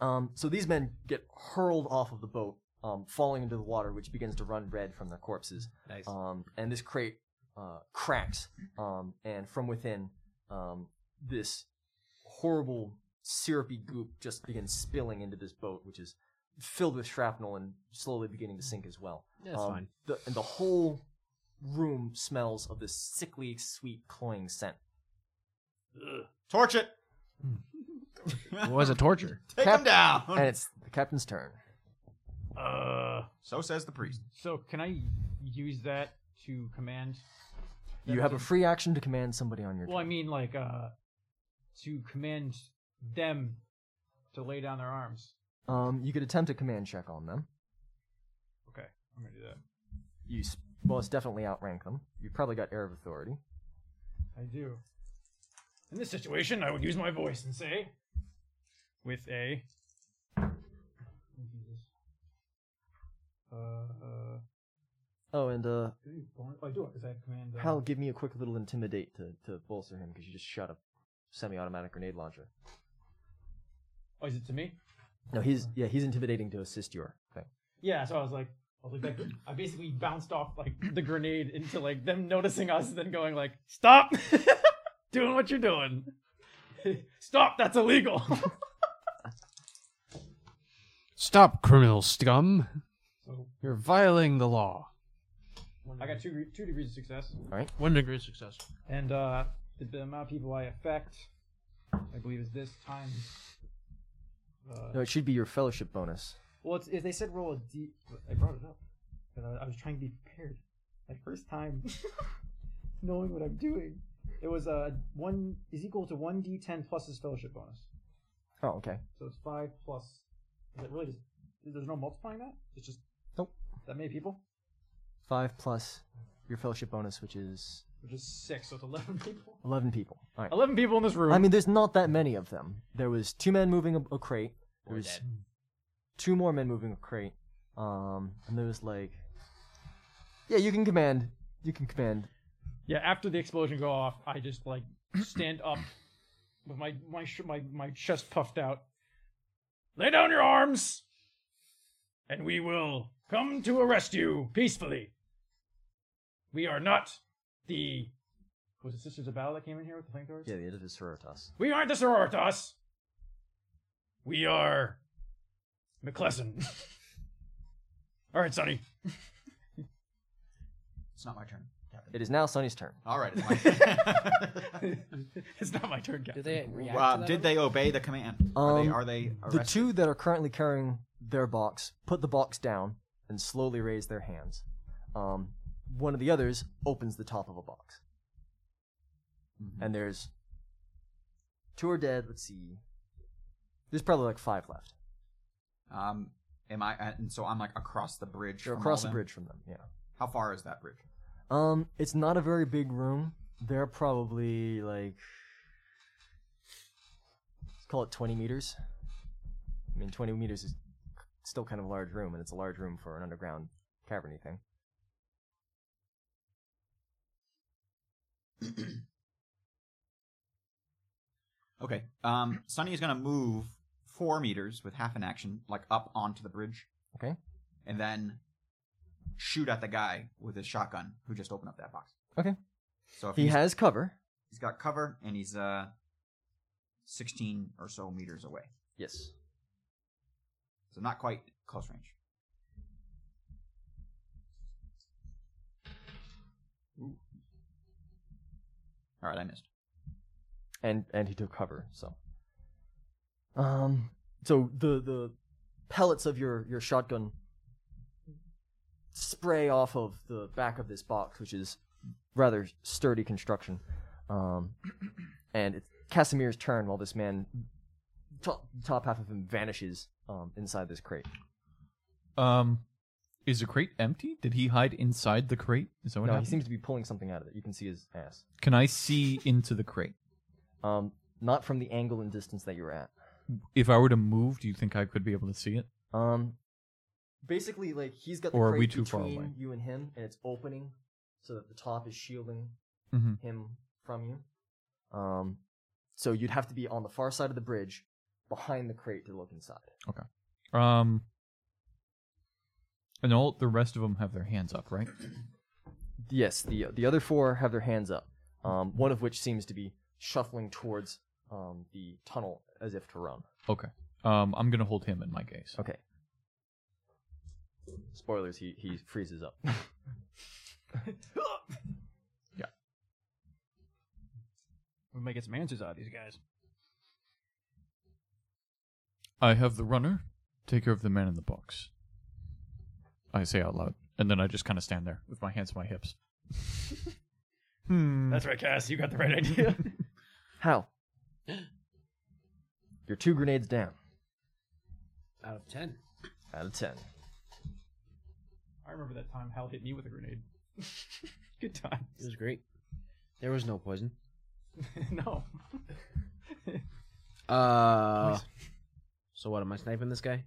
Um, so these men get hurled off of the boat, um, falling into the water, which begins to run red from their corpses. Nice. Um, and this crate uh, cracks, um, and from within, um, this horrible syrupy goop just begins spilling into this boat, which is filled with shrapnel and slowly beginning to sink as well. That's Um, fine. The, and the whole room smells of this sickly, sweet, cloying scent. Torch it! It was a torture. Take Cap- them down! And it's the captain's turn. Uh, so says the priest. So can I use that to command? You have a free action to command somebody on your Well, I turn. mean, like, uh, to command them to lay down their arms. Um, you could attempt a command check on them. Okay, I'm gonna do that. You s- most definitely outrank them. You probably got air of authority. I do. In this situation, I would use my voice and say, with a. Oh, Jesus. Uh, uh, Oh, and uh, do you bonus- oh, I do it because I have command. Uh, Hal, give me a quick little intimidate to, to bolster him because you just shot a semi-automatic grenade launcher. Oh, is it to me? No, he's yeah, he's intimidating to assist your thing. Yeah, so I was like, I was like, like, I basically bounced off like the grenade into like them noticing us, then going like, "Stop, doing what you're doing, stop, that's illegal." Stop, criminal scum! so You're violating the law. I got two two degrees of success, One degree of success. and uh, the, the amount of people I affect, I believe, is this times. Uh, No, it should be your fellowship bonus. Well, it's, it, they said roll a D. I brought it up, and I, I was trying to be prepared. My first time knowing what I'm doing. It was uh, one is equal to one D10 plus his fellowship bonus. Oh, okay. So it's five plus. Is it really just? There's no multiplying that. It's just Nope. that many people, Five plus your fellowship bonus, which is which is six. So it's eleven people. eleven people. All right. Eleven people in this room. I mean, there's not that many of them. There was two men moving a, a crate. There was two more men moving a crate. Um, and there was like, yeah, you can command. You can command. Yeah, after the explosion go off, I just like stand up with my my sh- my my chest puffed out. Lay down your arms, and we will come to arrest you peacefully. We are not the was it Sisters of Battle that came in here with the flamethrowers? Yeah, the editor is Sororitas. We aren't the Sororitas. We are McClesson. All right, Sonny. It's not my turn. Captain. It is now Sunny's turn. All right, it's my turn. it's not my turn, Did Captain. they react Well, to that? did they obey the command? are they, Um, are they The arrested? two that are currently carrying their box put the box down and slowly raise their hands. Um, one of the others opens the top of a box. Mm-hmm. And there's two are dead. Let's see. There's probably like five left. Um, am I? And so I'm like across the bridge. They're from across all the them? bridge from them, yeah. How far is that bridge? Um, it's not a very big room. They're probably like let's call it twenty meters. I mean, twenty meters is still kind of a large room, and it's a large room for an underground caverny thing. Okay. Um, Sunny is gonna move four meters with half an action, like up onto the bridge, Okay. and then shoot at the guy with his shotgun who just opened up that box. Okay. So if He he's, has cover. he's got cover and he's uh, sixteen or so meters away, Yes. so not quite close range. Ooh. All right, I missed. and and he took cover. So, um, so the the pellets of your your shotgun spray off of the back of this box, which is rather sturdy construction. Um, and it's Casimir's turn while this man top top half of him vanishes um inside this crate. Um, is the crate empty? Did he hide inside the crate? Is that what No, he happened? seems to be pulling something out of it. You can see his ass. Can I see into the crate? Um, not from the angle and distance that you were at. If I were to move, do you think I could be able to see it? Um, basically, like he's got the Or are crate we too far between away? you and him, and it's opening so that the top is shielding Mm-hmm. him from you. Um, so you'd have to be on the far side of the bridge, behind the crate to look inside. Um, and all the rest of them have their hands up, right? Yes, the uh, the other four have their hands up. Um, one of which seems to be shuffling towards um the tunnel as if to run. Okay. Um, I'm gonna hold him in my gaze. Okay. Spoilers: he he freezes up. We might get some answers out of these guys. I have the runner. Take care of the man in the box. I say out loud, and then I just kind of stand there with my hands to my hips. hmm. That's right, Cass. You got the right idea. How? You're two grenades down Out of ten. out of ten. I remember that time Hal hit me with a grenade. Good times. It was great. There was no poison. no. Uh. So what? Am I sniping this guy?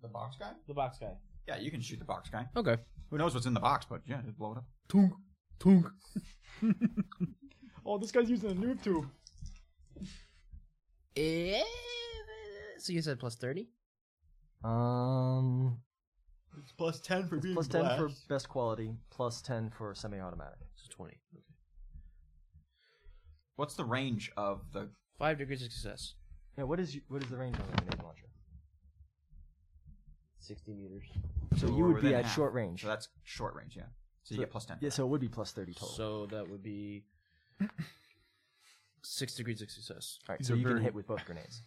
The box guy? The box guy. Yeah, you can shoot the box guy. Okay. Who knows what's in the box, but yeah, just blow it up. Tunk, tunk. Oh, this guy's using a noob tube. Eh, So you said plus thirty. Um, It's plus ten for being plus 10 for best quality, plus 10 for semi automatic. So twenty. Okay. What's the range of the? Five degrees of success. Yeah, what is y- what is the range on the grenade launcher? It's 60 meters. So you we're would be within at half. short range. So that's short range, yeah. So you So- get plus ten. Yeah, so it would be plus 30 total. So that would be six degrees of success. All right, so you can hit with both grenades.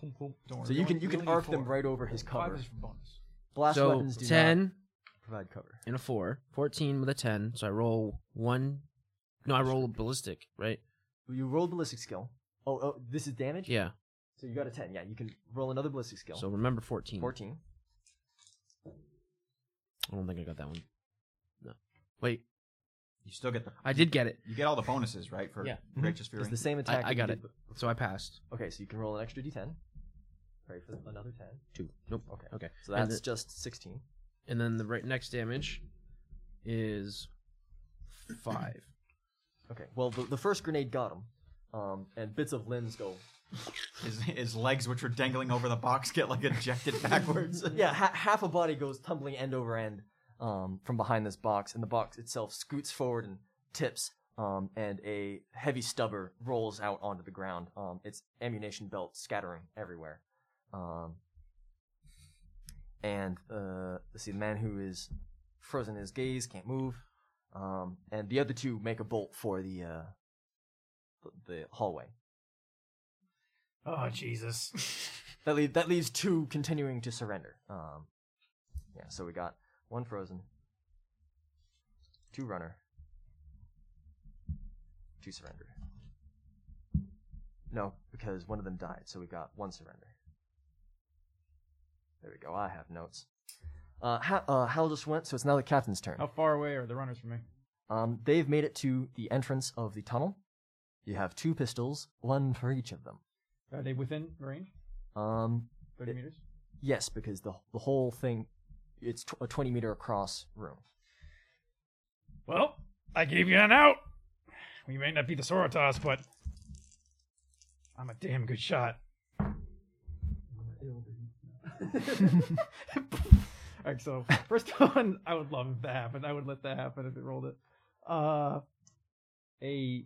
Cool, cool. Don't worry. So you You can only- you you can only arc need them four. right over his Five cover. is for bonus. Blast so weapons do 10 not provide cover. and a 4. 14 with a 10. So I roll one. No, I roll a ballistic, right? You rolled ballistic skill. Oh, oh, this is damage. Yeah. So you got a 10. Yeah, you can roll another ballistic skill. So remember 14. 14. I don't think I got that one. No. Wait, You still get the I did get it. you get all the bonuses, right? For Yeah. righteous fury. Mm-hmm. It's the same I, attack. I that you got it. did b- So I passed. Okay, so you can roll an extra d10. Pray for another 10. Two. Nope. Okay. Okay. So And that's the- just 16. And then the right next damage is five. Okay. Well, the, the first grenade got him, um, and bits of limbs go. his, his legs, which were dangling over the box, get like ejected backwards. yeah, ha- half a body goes tumbling end over end um, from behind this box, and the box itself scoots forward and tips, um, and a heavy stubber rolls out onto the ground. Um, its ammunition belt scattering everywhere. Um, and uh, let's see, the man who is frozen in his gaze can't move, um, and the other two make a bolt for the uh, the hallway. Oh Jesus. That leave, that leaves two continuing to surrender. Um, yeah, so we got one frozen, two runner, two surrender. No, because one of them died, so we got one surrender. There we go. I have notes. Uh, ha- uh, Hal just went, so it's now the captain's turn. Oh. How far away are the runners from me? Um, they've made it to the entrance of the tunnel. You have two pistols, one for each of them. Are they within range? Um, Thirty It- meters. Yes, because the the whole thing, it's tw- a twenty meter across room. Well, I gave you an out. We may not be the Sorotas, but I'm a damn good shot. Alright, so first one, I would love if that happened. I would let that happen if it rolled it. Uh, a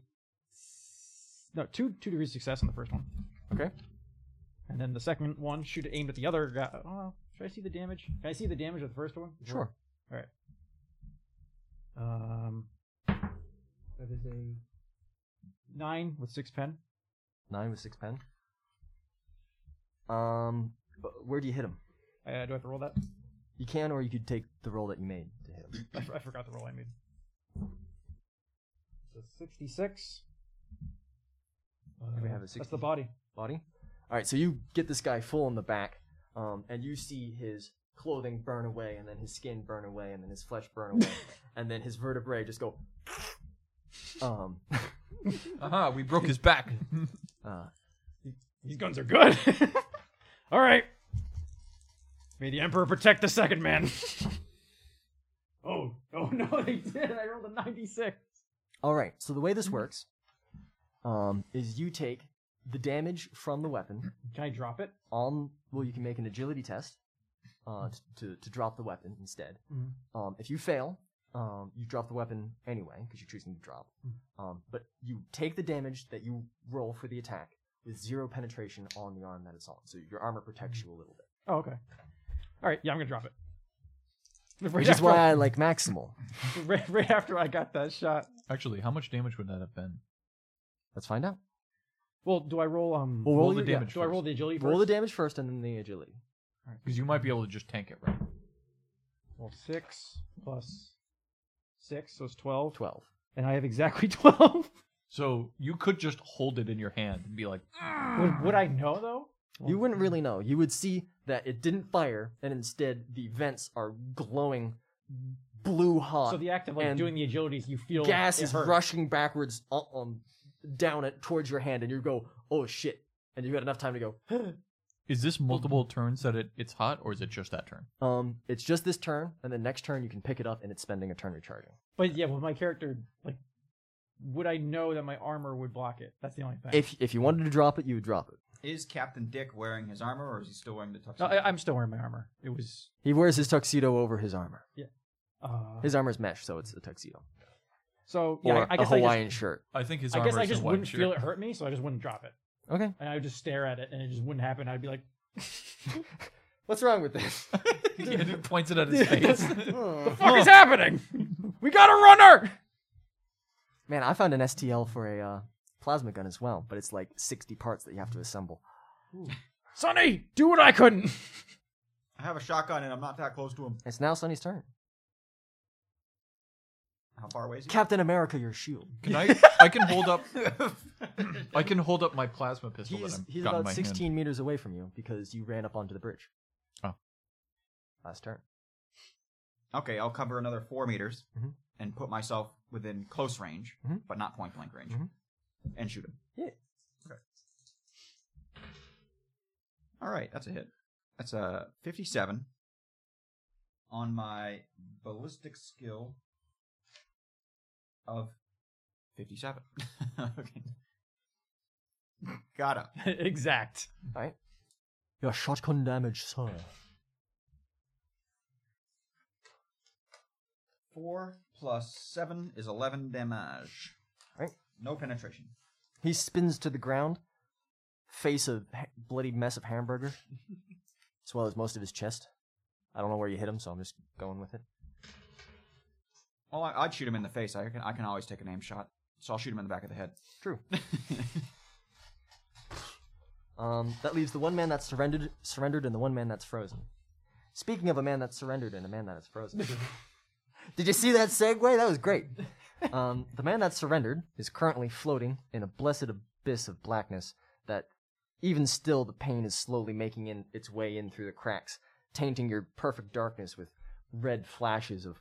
s- no two two degrees of success on the first one. Okay. And then the second one, shoot aimed at the other guy. Oh, should I see the damage? Can I see the damage of the first one? Sure. All right. Um, that is a nine with six pen. Nine with six pen. Um, but where do you hit him? Uh, do I have to roll that? You can, or you could take the roll that you made to hit him. I, f- I forgot the roll I made. So sixty-six. And we have a That's the 60. body. Body. All right, so you get this guy full in the back, um, and you see his clothing burn away, and then his skin burn away, and then his flesh burn away, and then his vertebrae just go. Um, Aha, we broke his back. uh, These guns are good. All right. May the Emperor protect the second man. Oh, oh no, they did. I rolled a ninety-six. All right. So the way this works um, is you take the damage from the weapon Can I drop it? on. Well, you can make an agility test uh, t- to to drop the weapon instead. Mhm. Um, if you fail, um, you drop the weapon anyway because you're choosing to drop. Mm-hmm. Um, but you take the damage that you roll for the attack with zero penetration on the arm that it's on, so your armor protects you a little bit. Oh, okay. All right, yeah, I'm gonna drop it. Which Right is after, why I like maximal. right, right after I got that shot. Actually, how much damage would that have been? Let's find out. Well, do I roll um? Well, roll the your- yeah, damage do I roll the agility? Roll the first? damage first, and then the agility. Because you might be able to just tank it, right? Well, six plus six, so it's twelve. Twelve. And I have exactly twelve. So you could just hold it in your hand and be like, "Ah!" would, would I know though? You wouldn't really know. You would see that it didn't fire, and instead the vents are glowing blue hot. So the act of like and doing the agilities, you feel gas it is hurt. rushing backwards uh, um, down it towards your hand, and you go, "Oh shit!" And you got enough time to go. is this multiple turns that it, it's hot, or is it just that turn? um, it's just this turn, and the next turn you can pick it up, and it's spending a turn recharging. But yeah, with my character, like, would I know that my armor would block it? That's the only thing. If if you wanted to drop it, you would drop it. Is Captain Dick wearing his armor, or is he still wearing the no, tuxedo? I, I'm still wearing my armor. It was He wears his tuxedo over his armor. uh. His armor's mesh, so it's a tuxedo so yeah, or I, I a guess I Hawaiian just, shirt. I think his I armor guess I is just a white wouldn't shirt. feel it hurt me, so I just wouldn't drop it. Okay. and I would just stare at it, and it just wouldn't happen. I'd be like, What's wrong with this? yeah, he points it at his face. What is happening? We got a runner. Man, I found an STL for a uh, plasma gun as well, but it's like 60 parts that you have to assemble. Sonny, do what I couldn't. I have a shotgun and I'm not that close to him. It's now Sonny's turn. How far away is he? Captain America, your shield. Can I? I can hold up. I can hold up my plasma pistol that He's, I've he's got in about my 16 hand. meters away from you because you ran up onto the bridge. Oh. Last turn. Okay, I'll cover another four meters Mhm. and put myself within close range, Mhm. but not point blank range, Mhm. and shoot him. Yeah. Okay. All right, that's a hit. That's a fifty-seven on my ballistic skill of fifty-seven. okay. Got him. exact. Your shotgun damage, sir. Four plus seven is eleven damage. Right. No penetration. He spins to the ground, face a ha- bloody mess of hamburger, as well as most of his chest. I don't know where you hit him, so I'm just going with it. Well, Oh, I, I'd shoot him in the face. I can I can always take an aim shot, so I'll shoot him in the back of the head. True. um, that leaves the one man that's surrendered, surrendered, and the one man that's frozen. Speaking of a man that's surrendered and a man that is frozen, did you see that segue? That was great. Um, the man that's surrendered is currently floating in a blessed abyss of blackness that, even still, the pain is slowly making in, its way in through the cracks, tainting your perfect darkness with red flashes of,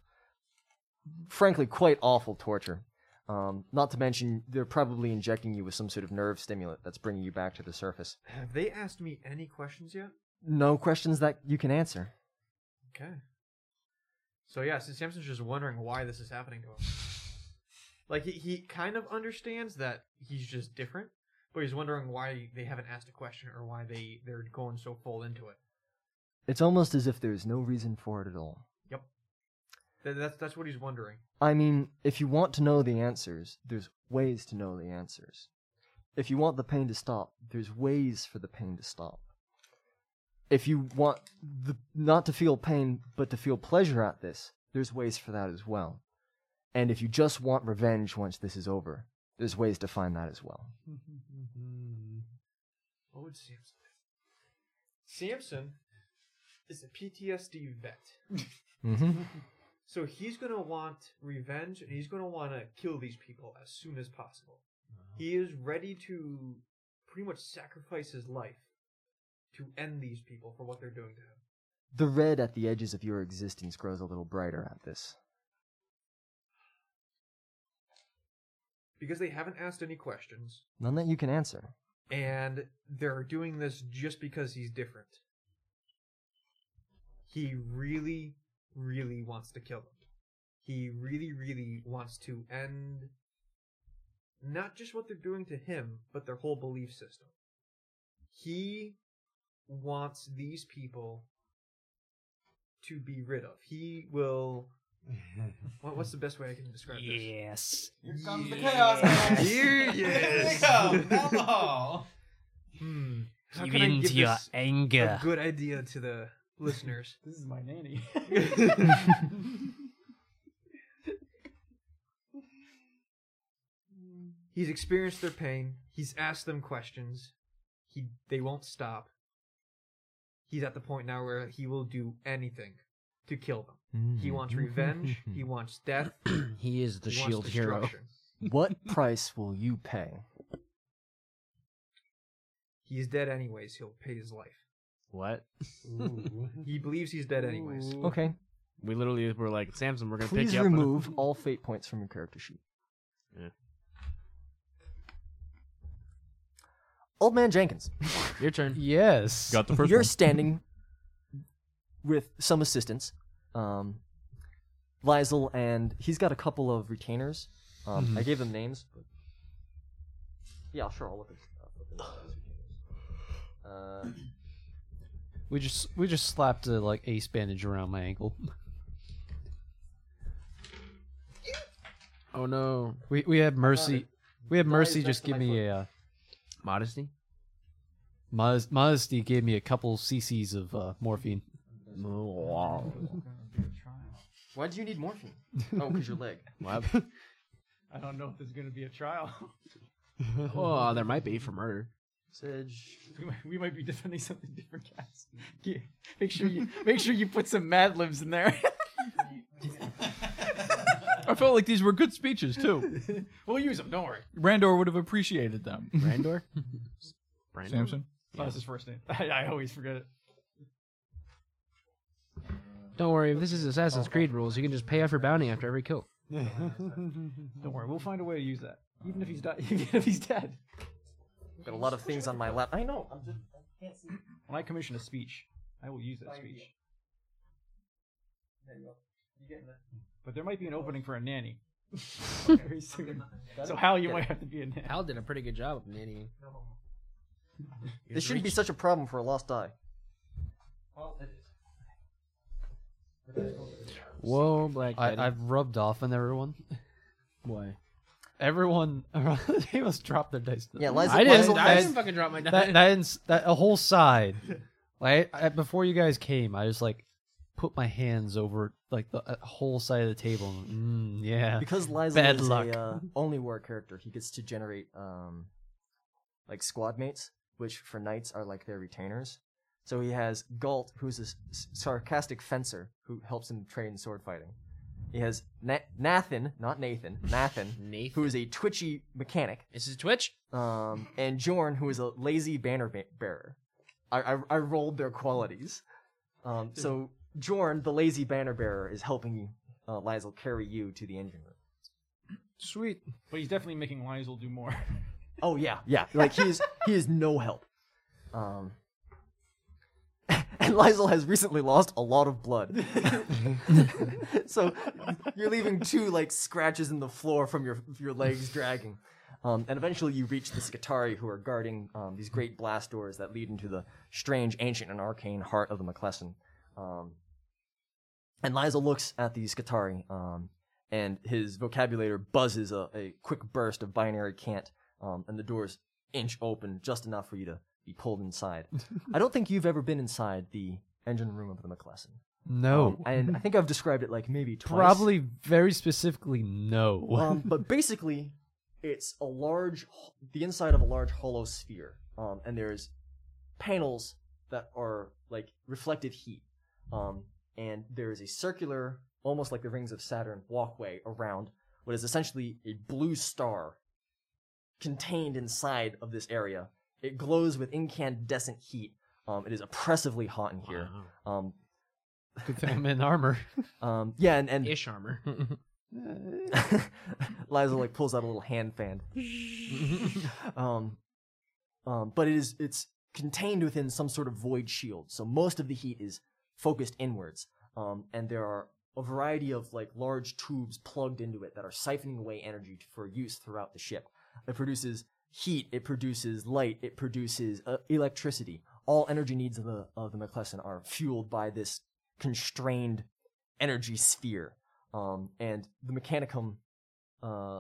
frankly, quite awful torture. Um, not to mention, they're probably injecting you with some sort of nerve stimulant that's bringing you back to the surface. Have they asked me any questions yet? No questions that you can answer. Okay. So yeah, since Samson's just wondering why this is happening to him. Like he, he kind of understands that he's just different, but he's wondering why they haven't asked a question or why they, they're going so full into it. It's almost as if there's no reason for it at all. That, that's that's what he's wondering. I mean, if you want to know the answers, there's ways to know the answers. If you want the pain to stop, there's ways for the pain to stop. If you want the, not to feel pain, but to feel pleasure at this, there's ways for that as well. And if you just want revenge once this is over, there's ways to find that as well. What would Samson do? Samson is a PTSD vet. Mm-hmm. So he's gonna want revenge and he's gonna wanna kill these people as soon as possible. He is ready to pretty much sacrifice his life to end these people for what they're doing to him. The red at the edges of your existence grows a little brighter at this. Because they haven't asked any questions, None that you can answer. and they're doing this just because he's different. He really, really wants to kill them. He really, really wants to end not just what they're doing to him, but their whole belief system. He wants these people to be rid of. He will. what, what's the best way I can describe this? Yes. Here comes the chaos. man. Here, Here yes. we go. Alcohol. Hmm. How You can I give into your this a anger. good idea to the listeners? This is my nanny. He's experienced their pain. He's asked them questions. He they won't stop. He's at the point now where he will do anything to kill them. He wants revenge. he wants death. He is the he shield wants hero. destruction. what price will you pay? He's dead anyways. He'll pay his life. What? He believes he's dead anyways. Okay. We literally were like, Samson, we're gonna pick Please you up. remove all fate points from your character sheet. Yeah. Old man Jenkins, Your turn. Yes. Got the 1st you're one. standing with some assistance, um, Lizel, and he's got a couple of retainers. Um, I gave them names. But... Yeah, sure. I'll look at. I'll look at those retainers. Uh, We just we just slapped a like ace bandage around my ankle. Oh no. We we had mercy. We had mercy. next Just to give uh, my me foot. a. Uh, Modesty? Modest, modesty gave me a couple cc's of uh, morphine. Oh, Wow. Why do you need morphine? Oh, because your leg. I don't know if there's gonna be a trial. oh, there might be for murder. Sage. we, might, we might be defending something different, guys. Ge- Make sure you make sure you put some Mad Libs in there. I felt like these were good speeches too. we'll use them. Don't worry. Randor would have appreciated them. Brandor? Brandor? Samson. Oh, That's his first name. I, I always forget it. Don't worry, if this is Oh. Assassin's Creed rules, you can just pay off your bounty after every kill. Don't worry. We'll find a way to use that, even if he's di- even if he's dead. Got a lot of things on my lap. I know. I'm just. When I commission a speech, I will use that speech. But there might be an opening for a nanny very soon. So Hal, you might have to be a nanny. Al did a pretty good job of nannying. This shouldn't be such a problem for a lost eye. Whoa, Black Betty. I, I've rubbed off on everyone. Why? Everyone around the table has dropped their dice. Yeah, Liza. I didn't, Liza- I didn't fucking drop my that dice. that, ins- that a whole side. Like I, before you guys came, I just like put my hands over like the uh, whole side of the table. Mm, yeah, because Liza Bad is luck. a uh, only war character, he gets to generate um, like squad mates, which for knights are like their retainers. So he has Galt, who's a s- s- sarcastic fencer who helps him train sword fighting. He has Na- Nathan, not Nathan, Nathan, Nathan. who is a twitchy mechanic, This is Twitch? um, and Jorn, who is a lazy banner ba- bearer. I, I, I rolled their qualities. Um, so Jorn, the lazy banner bearer, is helping uh, Lizel carry you to the engine room. Sweet. But he's definitely making Liesel do more. Oh yeah, yeah. Like he is he is no help. Um and Lizel has recently lost a lot of blood. so you're leaving two like scratches in the floor from your your legs dragging. Um, and eventually you reach the Skatari who are guarding um, these great blast doors that lead into the strange, ancient, and arcane heart of the McClesson. Um, and Liza looks at the Skatari, um, and his vocabulator buzzes a, a quick burst of binary cant, um, and the doors inch open just enough for you to be pulled inside. I don't think you've ever been inside the engine room of the McClellan. no, And I think I've described it like maybe twice. probably very specifically no. Um, but basically, it's a large, the inside of a large hollow sphere, um, and there's panels that are like reflective heat, um, and there is a circular, almost like the rings of Saturn, walkway around what is essentially a blue star contained inside of this area. It glows with incandescent heat. Um, it is oppressively hot in here. Um, Good thing I'm in armor. um, yeah, and, and Ish armor. Liza like pulls out a little hand fan. um, um, but it is it's contained within some sort of void shield, so most of the heat is focused inwards. Um, and there are a variety of like large tubes plugged into it that are siphoning away energy for use throughout the ship. It produces heat, it produces light, it produces uh, electricity. All energy needs of the of the McClellan are fueled by this constrained energy sphere. Um, and the Mechanicum uh,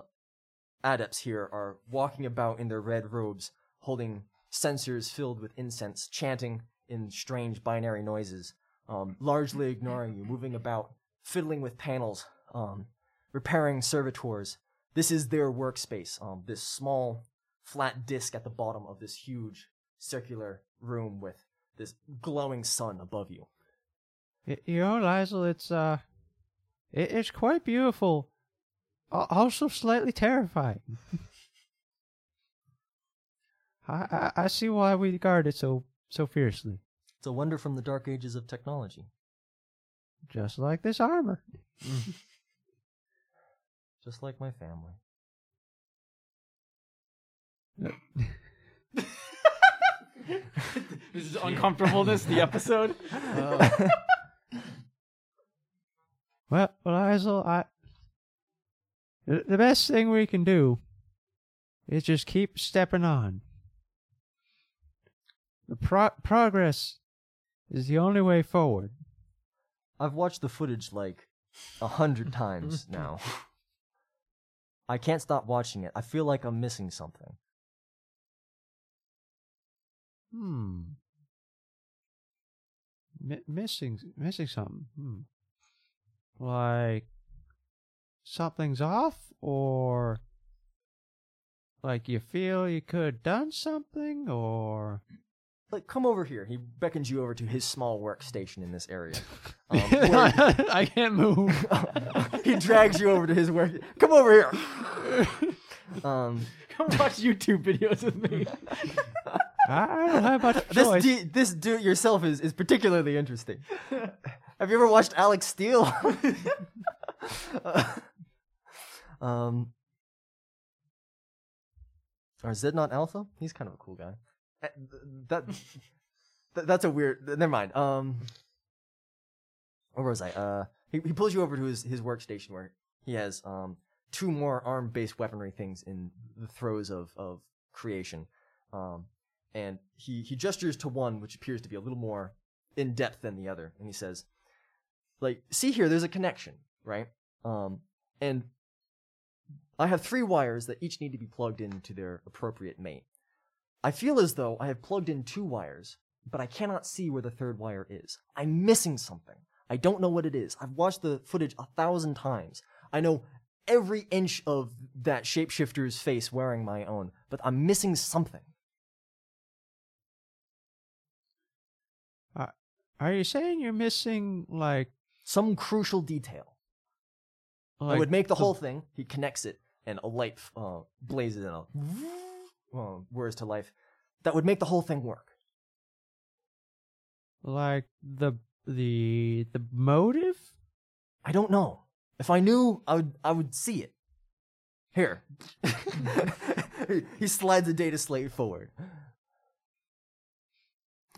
adepts here are walking about in their red robes, holding censers filled with incense, chanting in strange binary noises, um, largely ignoring you, moving about, fiddling with panels, um, repairing servitors. This is their workspace, um, this small, flat disc at the bottom of this huge circular room with this glowing sun above you. Y- You know, Lizel, it's uh, it, it's quite beautiful, Al- also slightly terrifying. I, I I see why we guard it so so fiercely, It's a wonder from the dark ages of technology. just like this armor. just like my family. this is uncomfortableness. The episode. Uh. Well, well, Lizel, I the the best thing we can do is just keep stepping on. The pro- progress is the only way forward. I've watched the footage like a hundred times now. I can't stop watching it. I feel like I'm missing something. Hmm. Mi- missing missing something. Hmm. Like something's off, or like you feel you could done something, or Like, come over here. He beckons you over to his small workstation in this area. Um, where I can't move. he drags you over to his work. Come over here. um, Come watch YouTube videos with me. I, I don't have much this choice. d this do it yourself is, is particularly interesting. Have you ever watched Alex Steele? Uh, um, or Zednot Alpha? He's kind of a cool guy. Eh, th- That, th- that's a weird. th- Never mind. Um, where was I? Uh, he, he pulls you over to his his workstation where he has um two more arm based weaponry things in the throes of of creation. Um, and he, he gestures to one which appears to be a little more in depth than the other and he says like see here there's a connection right um and i have three wires that each need to be plugged into their appropriate main i feel as though i have plugged in two wires but i cannot see where the third wire is i'm missing something i don't know what it is i've watched the footage a thousand times i know every inch of that shapeshifter's face wearing my own but i'm missing something Are you saying you're missing like some crucial detail like it would make the, whole thing. He connects it, and a light uh, blazes and a uh, whirs to life. That would make the whole thing work. like the the the motive? I don't know. If I knew, I would. I would see it. Here, he, he slides the data slate forward.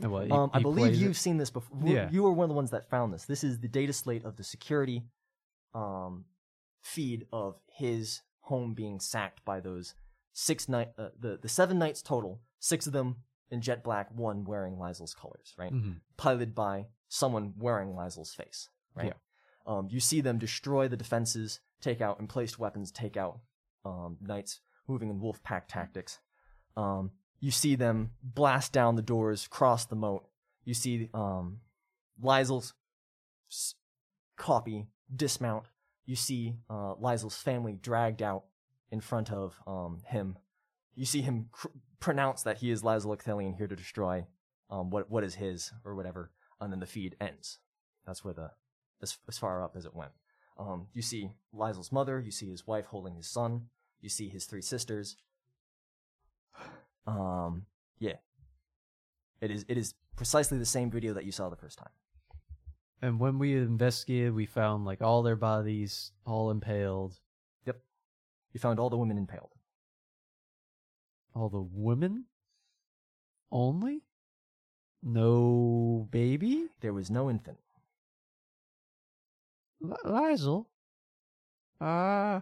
Um, I believe you've seen this before. Yeah. You were one of the ones that found this. This is the data slate of the security um, feed of his home being sacked by those six night, uh, the the seven knights total. Six of them in jet black, one wearing Lysel's colors, right? Piloted by someone wearing Lysel's face, right? Um, you see them destroy the defenses, take out emplaced weapons, take out um, knights moving in wolf pack tactics. Um, you see them blast down the doors, cross the moat. You see um, Lysel's s- copy dismount. You see uh, Lysel's family dragged out in front of um, him. You see him cr- pronounce that he is Lysel Ecthelion here to destroy um, what what is his or whatever, and then the feed ends. That's where the as, as far up as it went. Um, you see Lysel's mother. You see his wife holding his son. You see his three sisters. Um, yeah. It is it is precisely the same video that you saw the first time. And when we investigated, we found like all their bodies all impaled. You found all the women impaled. All the women only? No baby? There was no infant. L- Lizel? Uh.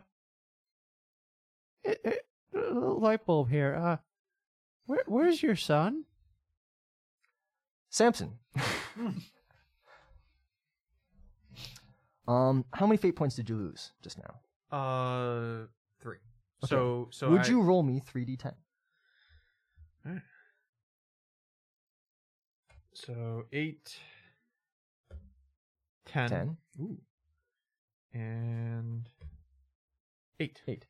It, it, little light bulb here. Uh. Where, where's your son? Samson. um, how many fate points did you lose just now? Uh, three. Oh, So, so Would I- you roll me three d ten? So eight, ten, Ten. and eight. Eight.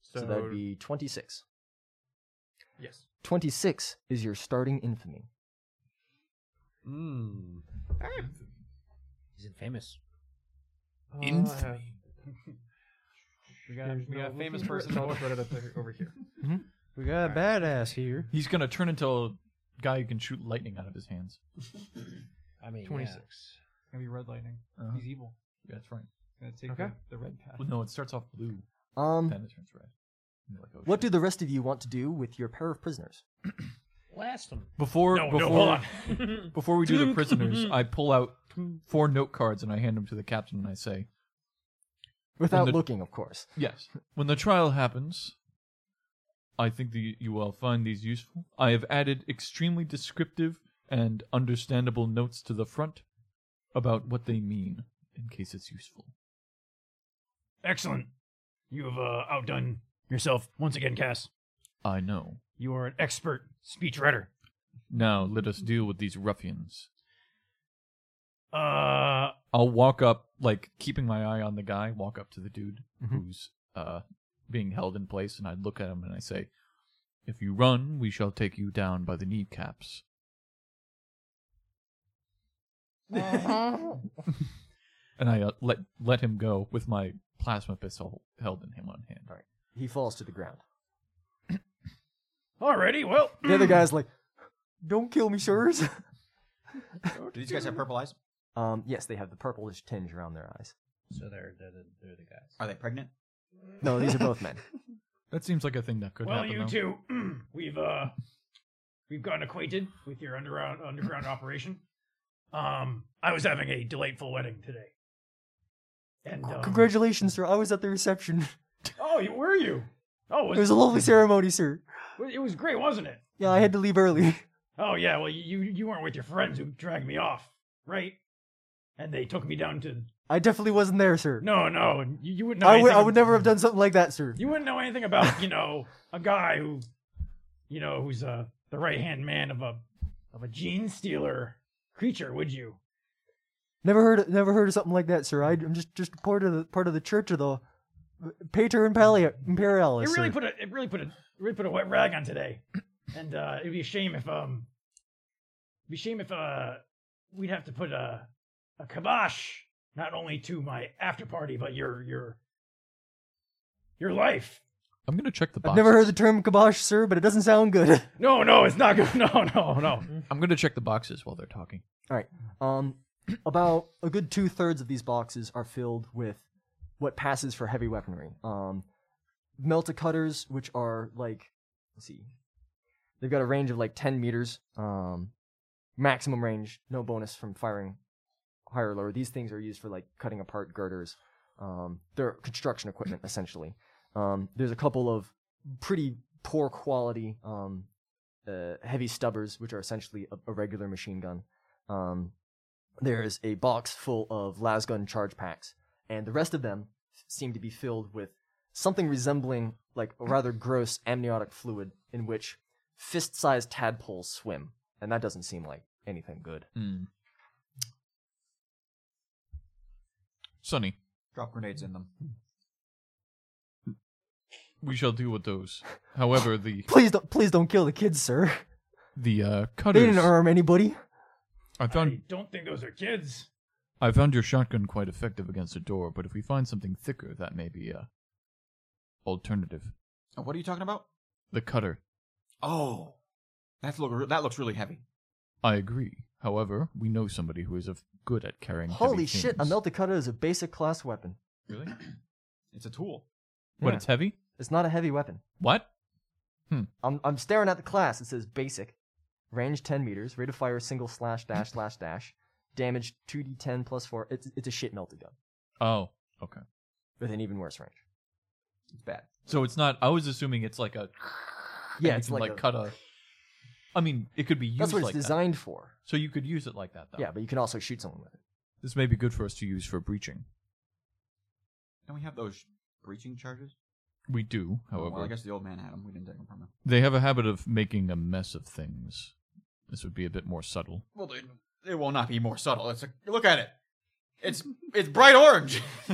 So, so that'd be twenty six. yes. 26 is your starting infamy. Hmm. Mm. He's infamous. Uh, Infamy. we got we got a famous person over here. We got a badass here. He's gonna turn into a guy who can shoot lightning out of his hands. I mean, Twenty yeah. six. Gonna be red lightning. Uh-huh. He's evil. Yeah, that's right. Gonna take Okay. the, the red path. Well, no, it starts off blue, Um, then it turns red. And you're like, oh, what shit. do the rest of you want to do with your pair of prisoners? Blast him. before No, before no, hold on. before we do the prisoners, I pull out four note cards and I hand them to the captain and I say, Without the- looking, of course. Yes. When the trial happens, I think that you will find these useful. I have added extremely descriptive and understandable notes to the front about what they mean in case it's useful. Excellent. You have uh, outdone yourself once again, Cass. I know. You are an expert speechwriter. Now let us deal with these ruffians. Uh, I'll walk up, like keeping my eye on the guy, walk up to the dude Mm-hmm. who's uh being held in place, and I look at him and I say, If you run, we shall take you down by the kneecaps. and I uh, let let him go with my plasma pistol held in him on hand. He falls to the ground. already. Well, The other guy's like, "Don't kill me, sirs." Do these guys have purple eyes? Um, yes, they have the purplish tinge around their eyes. So they're they're the, they're the guys. Are they pregnant? No, these are both men. That seems like a thing that could well, happen. you though. two, we've uh, we've gotten acquainted with your underground underground operation. Um, I was having a delightful wedding today. And um, Congratulations, sir. I was at the reception. Oh, you- were you? Oh, It was, was a lovely ceremony, sir. it was great, wasn't it? Yeah, I had to leave early. Oh yeah, well you you weren't with your friends who dragged me off, right? And they took me down to I definitely wasn't there, sir. no no, and you, you wouldn't know I would, anything. I would never have done something like that, sir. You wouldn't know anything about you know a guy who, you know, who's uh the right hand man of a of a gene stealer creature, would you? Never heard, never heard of something like that, sir. I, am just, just part of the part of the church of the Pater Impali- Imperialis. It really sir. put a it really put a really put a wet rag on today, and uh, it'd be a shame if um, it'd be a shame if uh, we'd have to put a a kibosh not only to my after party but your your your life. I'm gonna check the box. I've never heard the term kibosh, sir, but it doesn't sound good. No, no, it's not good. No, no, no. I'm gonna check the boxes while they're talking. Um, about a good two thirds of these boxes are filled with what passes for heavy weaponry. Um, melta cutters, which are like, let's see, they've got a range of like 10 meters. Um, maximum range, no bonus from firing higher or lower. These things are used for like cutting apart girders. Um, they're construction equipment essentially. Um, there's a couple of pretty poor quality um, uh, heavy stubbers, which are essentially a, a regular machine gun. Um, there's a box full of lasgun charge packs, and the rest of them seem to be filled with something resembling like a rather gross amniotic fluid in which fist-sized tadpoles swim, and that doesn't seem like anything good. Hmm. Sonny, Drop grenades in them. we shall deal with those. However, the Please don't, please don't kill the kids, sir. the uh, They cutters. didn't harm anybody. I I found don't think those are kids. I found your shotgun quite effective against a door, but if we find something thicker, that may be a alternative. Oh, what are you talking about? The cutter. Oh, that's look. That looks really heavy. I agree. However, we know somebody who is of good at carrying. heavy Holy shit! A things. melted cutter is a basic class weapon. Really? It's a tool. But Yeah. it's heavy. It's not a heavy weapon. What? Hmm. I'm, I'm staring at the class. It says basic, range 10 meters, rate of fire single slash dash slash dash, damage 2d10 plus four. It's it's a shit melted gun Oh, okay. with an even worse range. It's bad. So it's not. I was assuming it's like a. Yeah, and it's you can, like like, a- cut a. I mean, it could be used That's what like it's designed for. that. So you could use it like that, though. Yeah, but you can also shoot someone with it. This may be good for us to use for breaching. And we have those breaching charges. We do, however. Well, I guess the old man had them. We didn't take them from him. They have a habit of making a mess of things. This would be a bit more subtle. Well, they- it will not be more subtle. It's a, look at it. It's it's bright orange.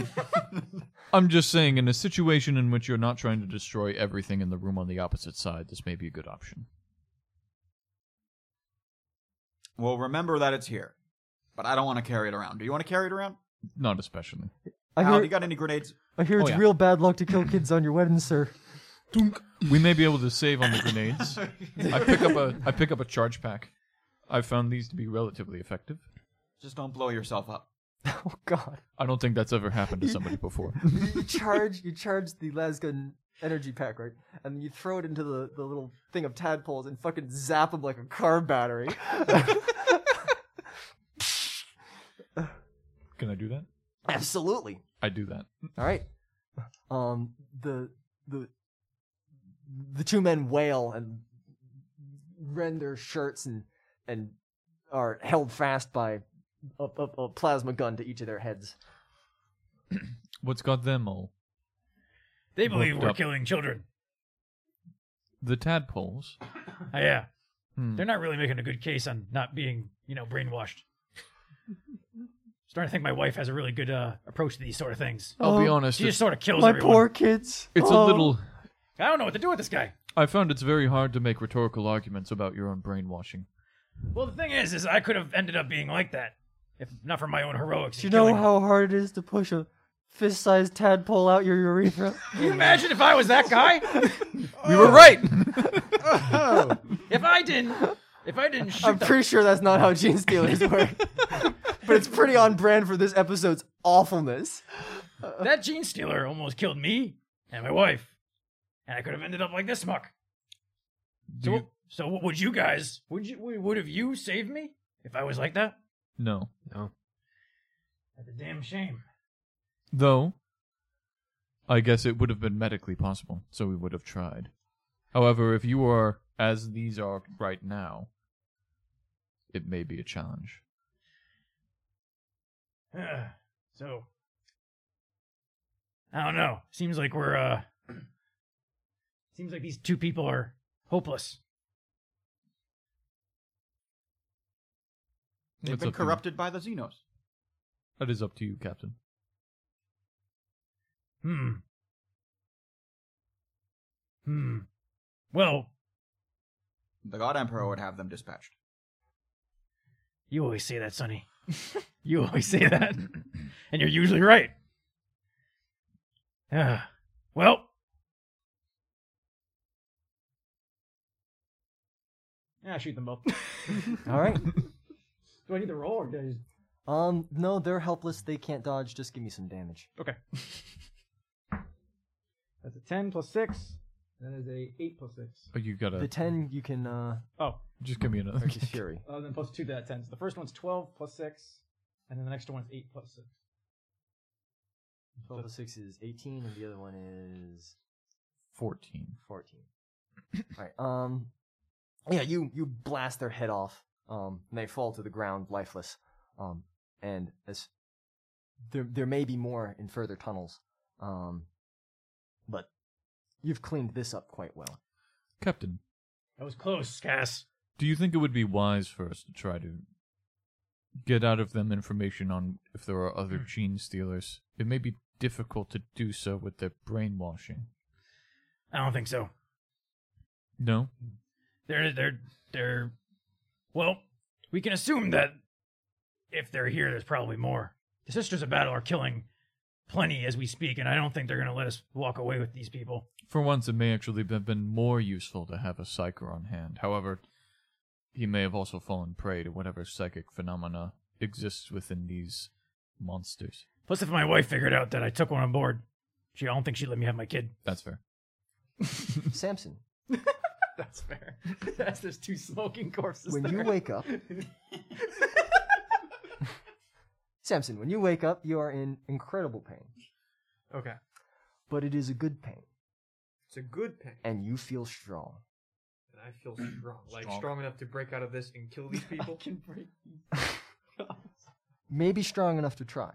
I'm just saying, in a situation in which you're not trying to destroy everything in the room on the opposite side, this may be a good option. well, remember that it's here, but I don't want to carry it around. Do you want to carry it around? Not especially. I Al, hear, you got any grenades? I hear oh, it's yeah. real bad luck to kill kids on your wedding, sir. We may be able to save on the grenades. I pick up a I pick up a charge pack. I've found these to be relatively effective. Just don't blow yourself up. Oh God! I don't think that's ever happened to somebody before. You charge, you charge the lasgun energy pack, right? And you throw it into the, the little thing of tadpoles and fucking zap them like a car battery. Can I do that? Absolutely. I do that. All right. Um, the the the two men wail and rend their shirts and and are held fast by a, a, a plasma gun to each of their heads. What's got them all? They believe Hooked we're up. killing children. The tadpoles. Ah, yeah, Hmm. They're not really making a good case on not being, you know, brainwashed. Starting to think my wife has a really good uh, approach to these sort of things. I'll be Oh, honest. She just It's, sort of kills My everyone. poor kids. it's a Oh. little. I don't know what to do with this guy. I found it's very hard to make rhetorical arguments about your own brainwashing. Well, the thing is, is I could have ended up being like that if not for my own heroics. Do and you know killing. how hard it is to push a fist-sized tadpole out your urethra? Can you imagine if I was that guy? We were right. if I didn't, if I didn't shoot I'm the- pretty sure that's not how gene stealers work. but it's pretty on brand for this episode's awfulness. that gene stealer, almost killed me and my wife, and I could have ended up like this muck. So, You- so what would you guys? Would you? Would have you saved me if I was like that? no. That's a damn shame. Though, I guess it would have been medically possible, so we would have tried. However, if you are as these are right now, it may be a challenge. Ugh, so I don't know. Seems like we're uh seems like these two people are hopeless. They've That's been up to you. corrupted by the Xenos. That is up to you, Captain. Hmm. Hmm. Well, The God Emperor would have them dispatched. you always say that, Sonny. you always say that. And you're usually right. Uh, well, Yeah, shoot them both. All right. Do I need to roll or do I just... Um, no, they're helpless. They can't dodge. Just give me some damage. Okay. That's a 10 plus 6. That is a 8 plus 6. Oh, you gotta The ten you can uh, Oh, just give me another. just fury. uh, then plus 2 to that 10. So the first one's 12 plus 6, and then the next one's 8 plus 6. Twelve plus six is eighteen, and the other one is Fourteen. fourteen. All right. Um, yeah, you you blast their head off. Um, and they fall to the ground lifeless. Um, and as there there may be more in further tunnels. Um, but you've cleaned this up quite well. Captain, that was close, Cass. do you think it would be wise for us to try to get out of them information on if there are Hmm. other gene stealers? It may be difficult to do so with their brainwashing. I don't think so. No? They're they're they're well, we can assume that if they're here, there's probably more. The Sisters of Battle are killing plenty as we speak, and I don't think they're gonna let us walk away with these people. For once, it may actually have been more useful to have a psyker on hand. However, he may have also fallen prey to whatever psychic phenomena exists within these monsters. Plus, if my wife figured out that I took one on board, she I don't think she'd let me have my kid. That's fair. Samson, That's fair. That's there's two smoking corpses. when you there. wake up, Samson, when you wake up, you are in incredible pain, Okay. but it is a good pain, It's a good pain. and you feel strong. And I feel strong. Like, strong enough to break out of this and kill these people. Maybe strong enough to try.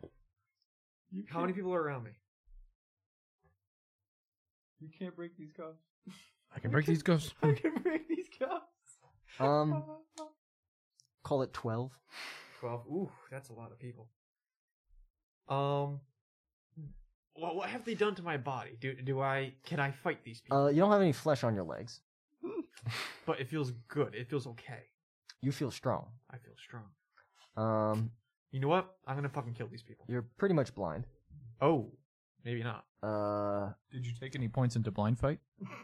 How many people are around me? You can't break these cuffs. I can break these ghosts. I can break these cuffs. Um, call it twelve. 12. Ooh, that's a lot of people. Um. Well, what have they done to my body? Do do I can I fight these people? Uh, you don't have any flesh on your legs. but it feels good. It feels okay. You feel strong. I feel strong. Um, You know what? I'm gonna fucking kill these people. you're pretty much blind. Oh, maybe not. Uh, Did you take any points into blind fight?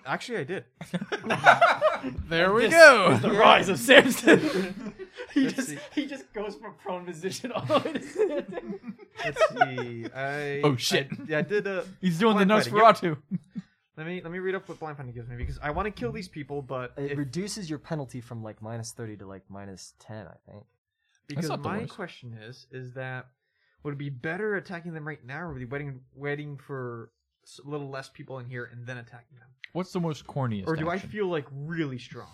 Actually, I did. There we go. The rise of Samson. he just he just goes from prone position all the way to standing. Let's see. I Oh, shit. I, yeah, I did. Uh, He's doing blind the fighting. Nosferatu. Yep. Let me let me read up what blind fighting gives me because I want to kill these people, but it if- reduces your penalty from like minus thirty to like minus ten, I think. because not the my worst. question is is that would it be better attacking them right now, or would it be waiting waiting for s- a little less people in here and then attacking them, What's the most corniest? or do I action? feel like really strong,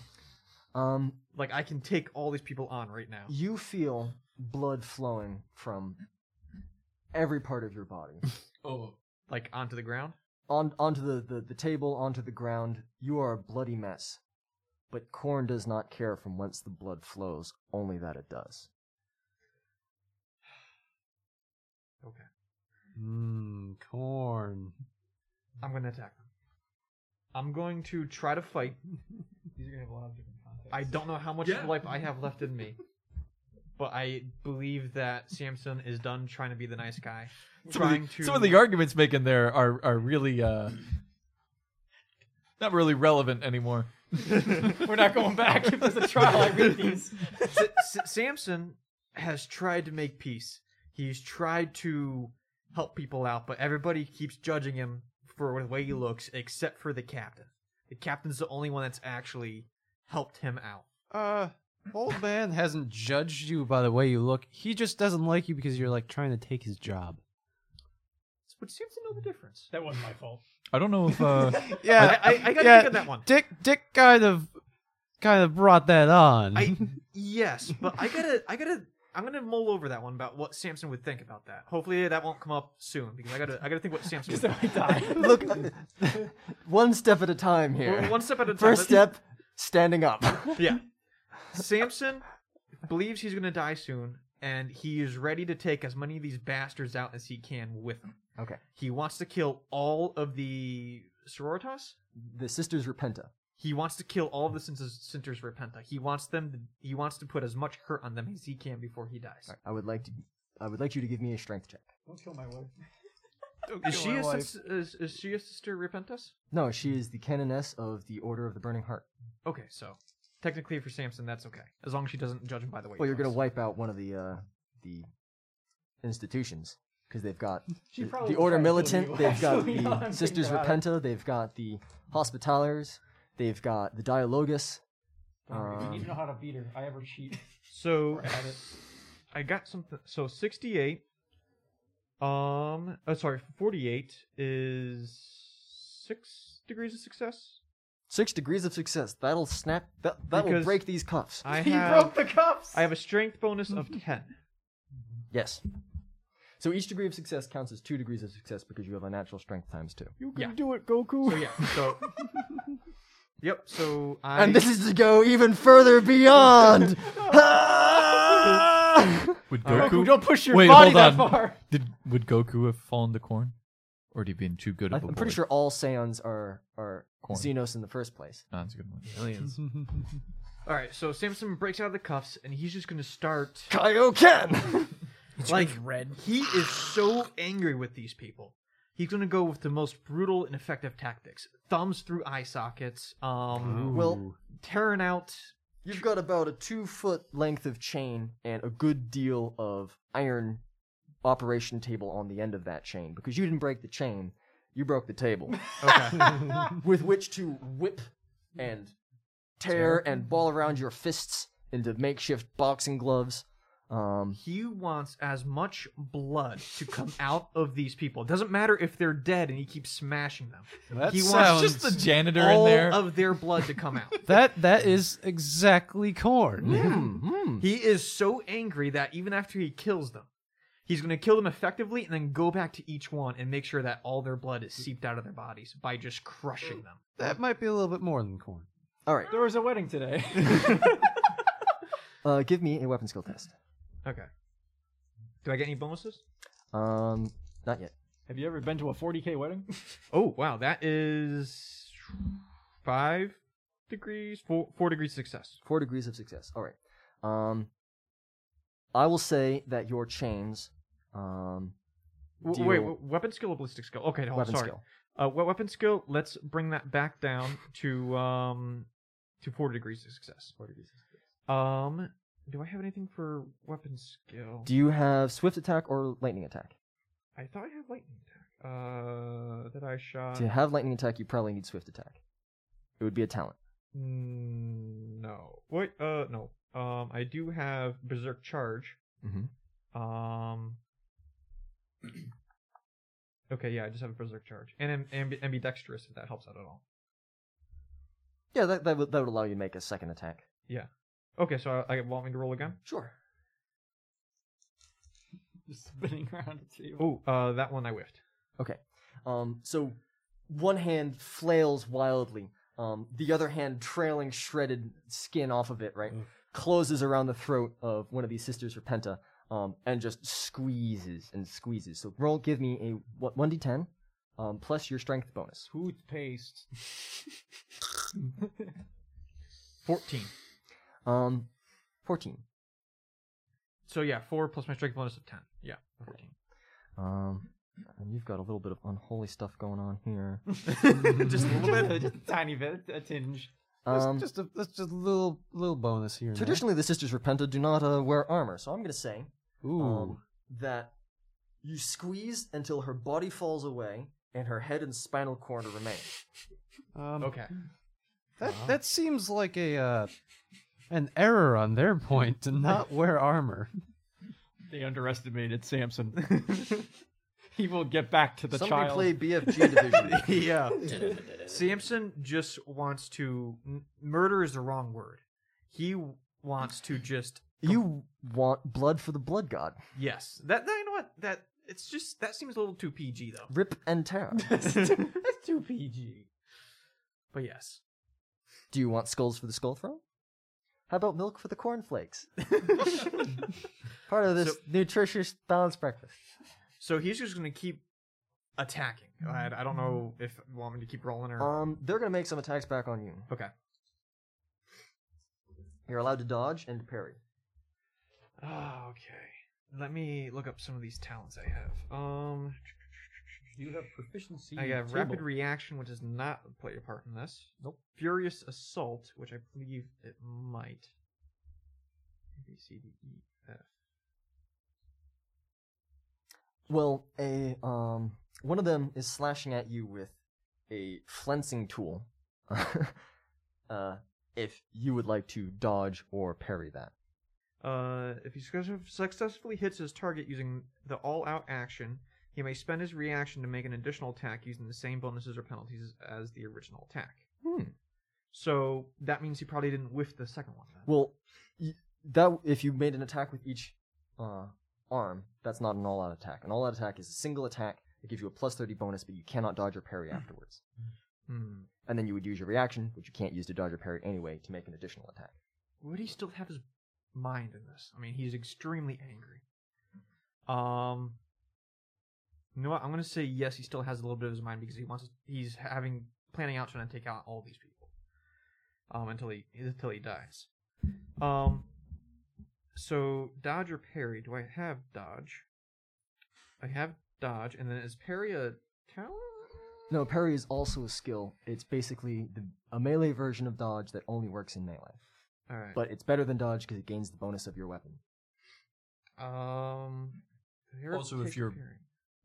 Um, like I can take all these people on right now? you feel blood flowing from every part of your body. like onto the ground. on onto the, the, the table, onto the ground. You are a bloody mess. But corn does not care from whence the blood flows, only that it does. Hmm, Mmm, corn. I'm going to attack them. I'm going to try to fight. These are gonna have a lot of different contexts. I don't know how much life I have left in me, but I believe that Samson is done trying to be the nice guy. trying to Some of the arguments making there are are really uh, not really relevant anymore. We're not going back if there's a trial. I read these. S- S- Samson has tried to make peace. He's tried to help people out, but everybody keeps judging him for the way he looks, except for the captain. The captain's the only one that's actually helped him out. Uh, old man hasn't judged you by the way you look. He just doesn't like you because you're like trying to take his job. But Samson know the difference. That wasn't my fault. I don't know if uh, Yeah, I, I, I got to yeah. think of that one. Dick, Dick kind of, kind of brought that on. I yes, but I gotta, I gotta, I'm gonna mull over that one about what Samson would think about that. Hopefully that won't come up soon because I gotta, I gotta think what Samson. would think. Look, one step at a time here. Well, One step at a time. First Let's- step, standing up. Yeah. Samson believes he's going to die soon, and he is ready to take as many of these bastards out as he can with him. Okay. He wants to kill all of the sororitas. The sisters repenta. He wants to kill all of the Centers, Centers Repenta. He wants them. To, he wants to put as much hurt on them as he can before he dies. I would like to. I would like you to give me a strength check. Don't kill my wife. Is she a sis- is, is she a sister Repentas? No, she is the canoness of the Order of the Burning Heart. Okay, so technically for Samson, that's okay as long as she doesn't judge him by the way. Well, he you're gonna looks. wipe out one of the uh, the institutions because they've got She the, probably the would Order try to kill Militant, you, they've got actually, now that the I'm Sisters thinking about Repenta, they've got the Hospitalers, they've got the Dialogus. You need Um, to know how to beat her. I ever cheat. So I had it. I got something. So 68. Um, uh, sorry, 48 is six degrees of success. six degrees of success. That'll snap. That that will Because break these cuffs. I He broke have the cuffs. I have a strength bonus of 10. Yes. So each degree of success counts as two degrees of success because you have a natural strength times two. You can do it, Goku. So yeah, so yep. So I And this is to go even further beyond. Ah! would All right. Goku Don't push your Wait, body hold that on. far. did would Goku have fallen to corn, or had he been too good? I- Of a I'm pretty boy? sure all Saiyans are are Corn. Xenos in the first place. No, that's a good one. all right. So Samson breaks out of the cuffs and he's just gonna start Kaioken. like red. He is so angry with these people. He's gonna go with the most brutal and effective tactics: thumbs through eye sockets, um, well, tearing out you've got about a two foot length of chain and a good deal of iron operation table on the end of that chain because you didn't break the chain, you broke the table. With which to whip and tear and ball around your fists into makeshift boxing gloves. Um, He wants as much blood to come out of these people. It doesn't matter if they're dead and he keeps smashing them. that he sounds, Just the janitor in All there. of their blood to come out. Mm-hmm. that that is exactly corn. Hmm, he is so angry that even after he kills them, he's going to kill them effectively and then go back to each one and make sure that all their blood is seeped out of their bodies by just crushing them. That might be a little bit more than corn. all right, There was a wedding today. uh, give me a weapon skill test. Okay. Do I get any bonuses? Um, not yet. have you ever been to a 40k wedding? Oh, wow. That is five degrees, four, four degrees success. Four degrees of success. All right. Um, I will say that your chains. Um, W- deal- wait, w- weapon skill or ballistic skill? Okay, hold on, weapon sorry. skill. Uh, we- weapon skill. Let's bring that back down to um to four degrees of success. Four degrees. Um, do I have anything for weapon skill? Do you have swift attack or lightning attack? I thought I had lightning attack. Uh, that I shot. to have lightning attack, you probably need swift attack. It would be a talent. Mm, No. Wait. Uh, no. Um, I do have berserk charge. Mhm. Um. Okay, yeah, I just have a berserk charge, and am- ambi- ambidextrous if that helps out at all. Yeah, that that would, that would allow you to make a second attack. Okay, so uh, I, I want me to roll again. Sure. Just spinning around the table. Oh, uh, that one I whiffed. Um, so one hand flails wildly, Um, the other hand trailing shredded skin off of it, right? Closes around the throat of one of these sisters, Repenta, um, and just squeezes and squeezes. So roll, give me a what, 1d10 um, plus your strength bonus. Toothpaste. 14. Um, 14. So yeah, four plus my strength bonus of ten. Yeah, fourteen. Um, and you've got a little bit of unholy stuff going on here. just a little bit, just a tiny bit, a tinge. Um, just a that's just a little little bonus here. and there. Traditionally, the sisters Repenta do not uh, wear armor, so I'm going to say Ooh. um, that you squeeze until her body falls away and her head and spinal cord remain. Um, Okay. That that seems like a uh, an error on their point to not wear armor. They underestimated Samson. he will get back to the Somebody child. play BFG division. yeah. Samson just wants to m- murder is the wrong word. He w- wants to just you want blood for the blood god. yes. That, that you know what that it's just that seems a little too PG though. Rip and tear. That's too PG. But yes. do you want skulls for the skull throne? How about milk for the cornflakes? Part of this nutritious balanced breakfast. So he's just gonna keep attacking. I, I don't know if you want me to keep rolling or Um, they're gonna make some attacks back on you. okay. You're allowed to dodge and parry. Oh, okay. Let me look up some of these talents I have. Um, You have proficiency. I in have table. rapid reaction, which does not play a part in this. Nope. Furious assault, which I believe it might. A, B, C, D, E, F. Well, a um, one of them is slashing at you with a flensing tool. uh, if you would like to dodge or parry that, Uh, if he success- successfully hits his target using the all-out action, he may spend his reaction to make an additional attack using the same bonuses or penalties as the original attack. hmm. So that means he probably didn't whiff the second one. Then. well, y- that if you made an attack with each uh, arm, that's not an all-out attack. An all-out attack is a single attack. It gives you a plus thirty bonus, but you cannot dodge or parry afterwards. Hmm. And then you would use your reaction, which you can't use to dodge or parry anyway, to make an additional attack. would he still have his mind in this? I mean, he's extremely angry. Um, you know what? I'm gonna say yes. He still has a little bit of his mind because he wants. He's having planning out trying to take out all these people. Um, until he until he dies. Um, so dodge or parry? Do I have dodge? I have dodge, and then is parry a talent? No, parry is also a skill. It's basically the, a melee version of dodge that only works in melee. All right. But it's better than dodge because it gains the bonus of your weapon. um, here- Also, if take you're- parry.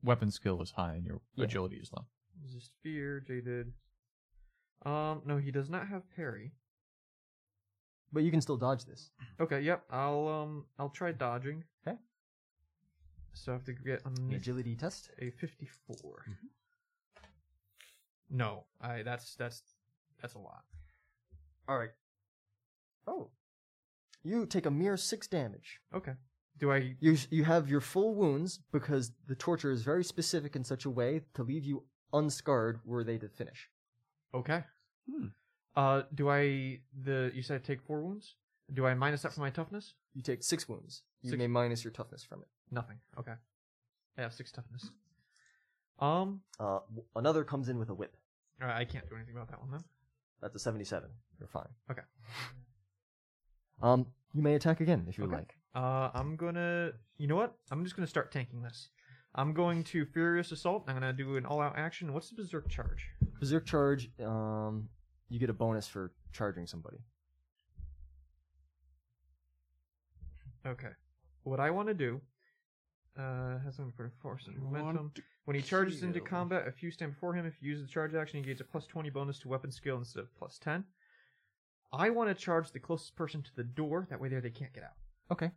Weapon skill is high and your agility is low. Is this fear jaded? Um, no, he does not have parry. But you can still dodge this. Okay, yep. I'll um, I'll try dodging. Okay. So I have to get An underneath agility test. Mm-hmm. a fifty-four. No, I that's that's that's a lot. All right. Oh. You take a mere six damage. Okay. Do I? You s- you have your full wounds because the torture is very specific in such a way to leave you unscarred were they to finish. Okay. Hmm. Uh, do I? The you said I take four wounds. Do I minus that for my toughness? You take six wounds. You Six- may minus your toughness from it. Nothing. Okay. I have six toughness. Um, Uh, w- another comes in with a whip. all right, I can't do anything about that one then. That's a 77. You're fine. Okay. Um, you may attack again if you would Okay. like. Uh, I'm gonna. You know what? I'm just gonna start tanking this. I'm going to furious assault. I'm gonna do an all-out action. What's the berserk charge? Berserk charge. Um, you get a bonus for charging somebody. Okay. What I want to do. Uh, has something for force and momentum. When he charges into combat, if you stand before him, if you use the charge action, he gains a plus 20 bonus to weapon skill instead of plus 10. I want to charge the closest person to the door. That way, there they can't get out. Okay.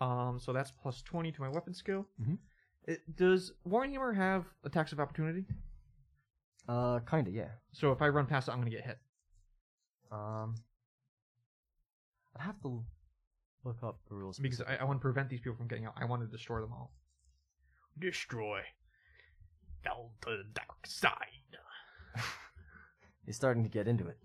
Um, so that's plus 20 to my weapon skill. Mhm. It, does Warhammer have attacks of opportunity? Uh, kinda, yeah. So if I run past it, I'm gonna get hit. Um, I have to look up the rules because I, I want to prevent these people from getting out. I want to destroy them all. Destroy. Down to the dark side. He's starting to get into it.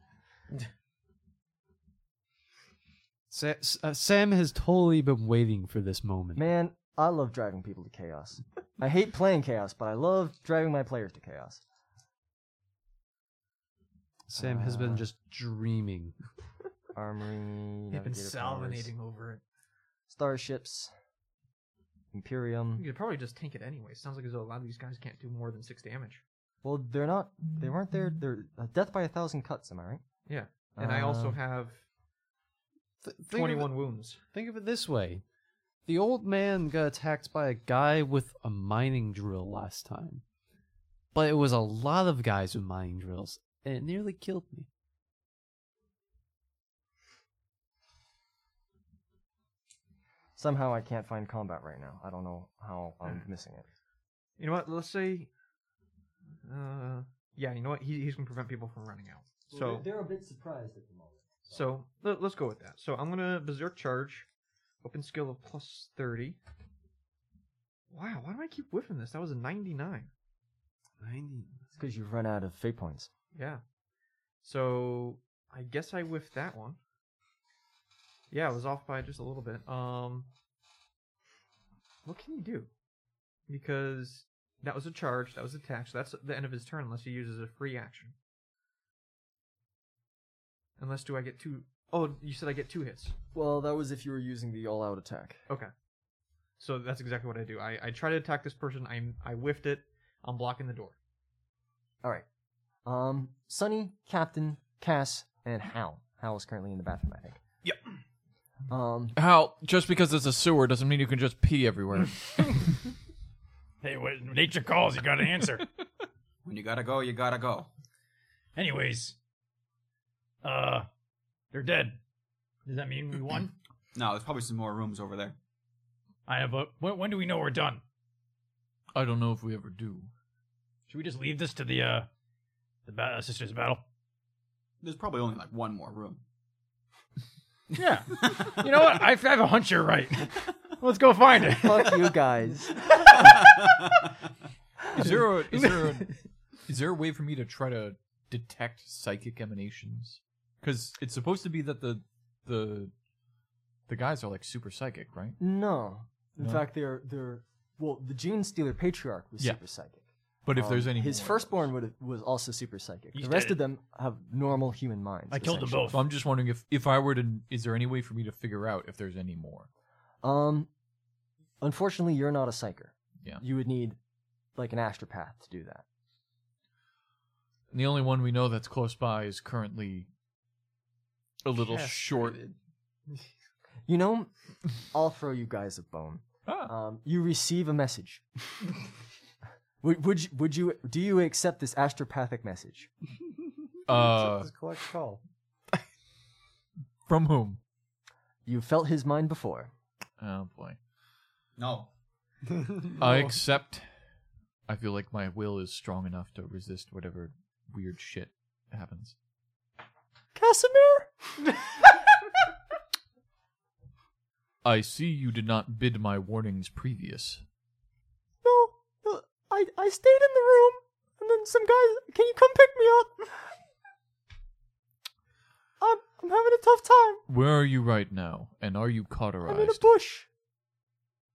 Sa- S- uh, Sam has totally been waiting for this moment. Man, I love driving people to chaos. I hate playing chaos, but I love driving my players to chaos. Sam has been just dreaming. Armory. They've been navigator powers, salivating over it. Starships. Imperium. You could probably just tank it anyway. Sounds like as though a lot of these guys can't do more than six damage. Well, they're not. They weren't there. They're uh, death by a thousand cuts. Am I right? Yeah, Uh, and I also Um, have Th- think of it- twenty-one wounds. Think of it this way. The old man got attacked by a guy with a mining drill last time. But it was a lot of guys with mining drills, and it nearly killed me. Somehow I can't find combat right now. I don't know how I'm missing it. You know what? Let's say, uh, yeah. You know what? He, he's gonna prevent people from running out. So they're a bit surprised at the moment. So let, us go with that. So I'm gonna berserk charge, open skill of plus thirty. Wow, why do I keep whiffing this? That was a ninety-nine. It's because you've run out of fate points. Yeah. So I guess I whiffed that one. Yeah, I was off by just a little bit. Um, what can you do? Because that was a charge, that was attack. So that's the end of his turn, unless he uses a free action. Unless do I get two oh you said I get two hits. Well, that was if you were using the all-out attack. Okay. So that's exactly what I do. I, I try to attack this person. I I whiffed it. I'm blocking the door. All right. Um, Sunny, Captain, Cass, and Hal. Hal is currently in the bathroom, I think. Yep. Um, How? Just because it's a sewer doesn't mean you can just pee everywhere. Hey, when nature calls, you gotta answer. When you gotta go, you gotta go. Anyways, uh, they're dead. Does that mean we won? No, there's probably some more rooms over there. I have a. When, when do we know we're done? I don't know if we ever do. Should we just leave this to the uh, the ba- uh, sisters' battle? There's probably only like one more room. Yeah. you know what? I, I have a hunch you're right. Let's go find it. fuck you guys. Is there a, is there a, is there a way for me to try to detect psychic emanations? Because it's supposed to be that the the the guys are like super psychic, right? No. In No? fact, they're they're well, the gene stealer patriarch was Yeah. super psychic. But if Um, there's any his more of firstborn would have, was also super psychic. He's the rest dead. of them have normal human minds. I killed them essentially. both. So I'm just wondering if if I were to, is there any way for me to figure out if there's any more? Um, unfortunately, you're not a psyker. Yeah. You would need like an astropath to do that. And the only one we know that's close by is currently a little short. You know, I'll throw you guys a bone. Ah, Um, you receive a message. would would you, would you do you accept this astropathic message? uh, collect call. from whom? You felt his mind before. Oh boy. No. I accept. I feel like my will is strong enough to resist whatever weird shit happens. Casimir. I see you did not bid my warnings previous. no, no, I, I stayed in the room, and then some guys, can you come pick me up? I'm, I'm having a tough time. Where are you right now? And are you I'm in a cauterized? bush.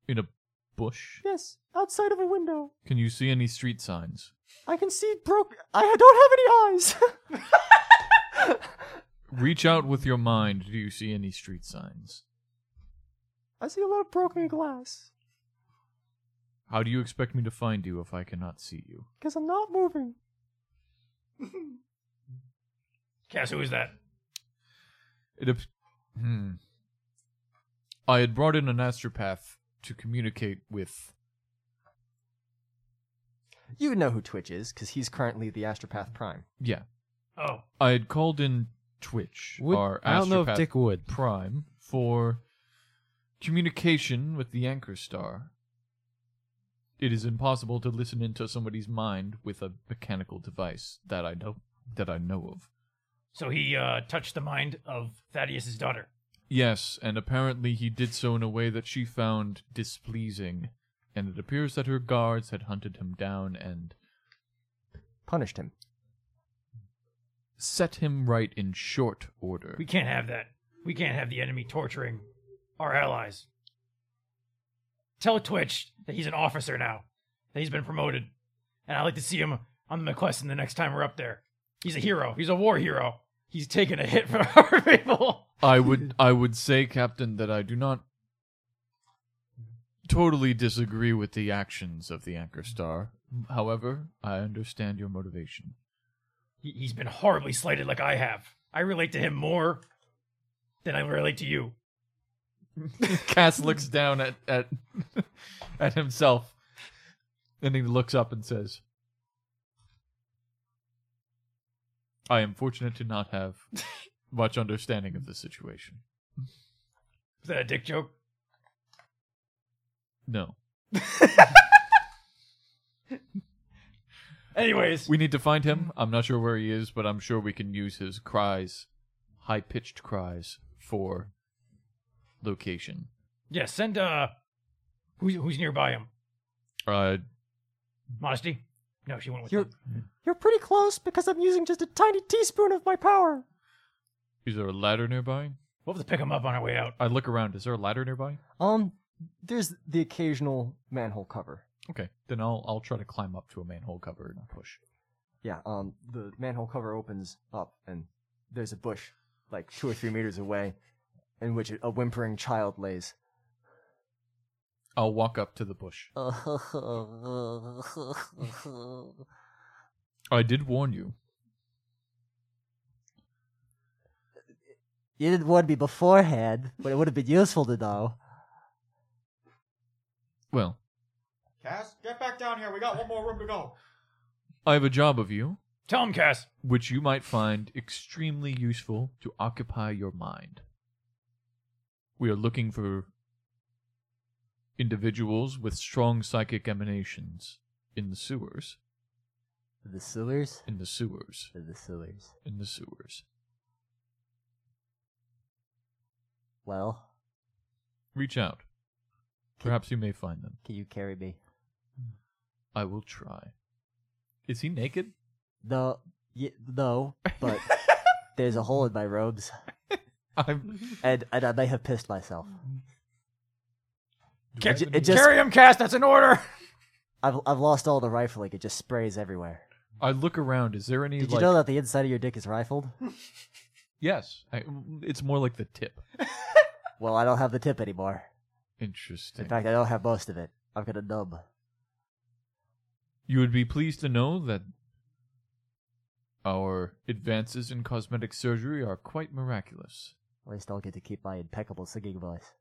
In a bush? Yes, outside of a window. Can you see any street signs? I can see broke. I don't have any eyes. Reach out with your mind. Do you see any street signs? I see a lot of broken glass How do you expect me to find you if I cannot see you? because I'm not moving. Cass, who is that? It ap- hmm. I had brought in an astropath to communicate with. You know who Twitch is because he's currently the Astropath Prime. Yeah, Oh, I had called in Twitch, Would- our I don't know if astropath Dick would. Prime, for communication with the Anchor Star. It is impossible to listen into somebody's mind with a mechanical device that I know that I know of. so he uh, touched the mind of Thaddeus's daughter. Yes, and apparently he did so in a way that she found displeasing, and it appears that her guards had hunted him down and Punished him. set him right in short order. We can't have that. We can't have the enemy torturing our allies. Tell Twitch that he's an officer now, that he's been promoted, and I'd like to see him on the McQuestion the next time we're up there. He's a hero. He's a war hero. He's taking a hit for our people. I would I would say, Captain, that I do not totally disagree with the actions of the Anchor Star. However, I understand your motivation. He- He's been horribly slighted like I have. I relate to him more than I relate to you. Cass looks down at at at himself, and he looks up and says, "I am fortunate to not have much understanding of the situation." Is that a dick joke? No, Anyways, we need to find him. I'm not sure where he is, but I'm sure we can use his cries, high pitched cries, for location. yeah, send uh, who's who's nearby him? Uh, Modesty? No, she went with You're him. you're pretty close because I'm using just a tiny teaspoon of my power. is there a ladder nearby? We'll have to pick him up on our way out. I look around. Is there a ladder nearby? Um, there's the occasional manhole cover. Okay, then I'll I'll try to climb up to a manhole cover and push. Yeah, um, the manhole cover opens up, and there's a bush, like two or three meters away, in which a whimpering child lays. I'll walk up to the bush. That's I did warn you. You didn't warn me beforehand, but it would have been useful to know. Well, Cass, get back down here. We got one more room to go. I have a job of you, Tell him, Cass. which you might find extremely useful to occupy your mind. We are looking for individuals with strong psychic emanations in the sewers. The sewers? In the sewers. The sewers. In the sewers. Well, Reach out. Perhaps you may find them. can you carry me? I will try. Is he naked? No, y- no, but there's a hole in my robes, I'm. and, and I may have pissed myself. Ca- It, ju- it just, Carry him, Cass. That's an order. I've, I've lost all the rifling. It just sprays everywhere. I look around. Is there any? Did like, you know that the inside of your dick is rifled? Yes. I, it's more like the tip. Well, I don't have the tip anymore. Interesting. In fact, I don't have most of it. I'm gonna numb. You would be pleased to know that our advances in cosmetic surgery are quite miraculous. At least I'll get to keep my impeccable singing voice.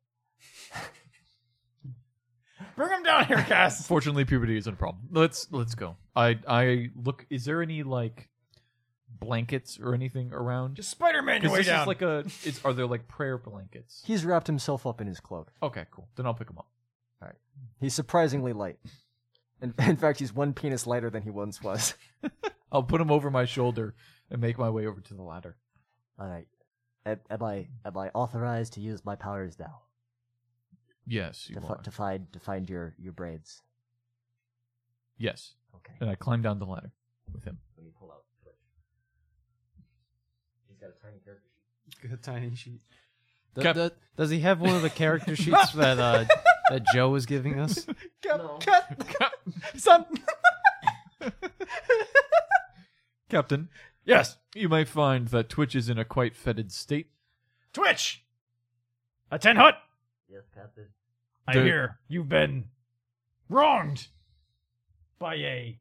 Bring him down here, Cass. Fortunately, puberty isn't a problem. Let's let's go. I I look. Is there any like blankets or anything around? Just Spider-Man your 'Cause way this down. is like a. It's, are there like prayer blankets? He's wrapped himself up in his cloak. Okay, cool. Then I'll pick them up. He's surprisingly light. And in fact, he's one penis lighter than he once was. I'll put them over my shoulder and make my way over to the ladder. All right. Am, am I am I authorized to use my powers now Yes, you to, are. f- to find to find your your braids? yes, Okay. and I climb down the ladder with him. Let me pull out Twitch. He's got a tiny character sheet. Good tiny sheet. Cap- does, does he have one of the character sheets that uh, that Joe was giving us? Captain, yes, you may find that Twitch is in a quite fetid state. Twitch. A ten hut. Yes, Captain. I Dude. hear you've been wronged by a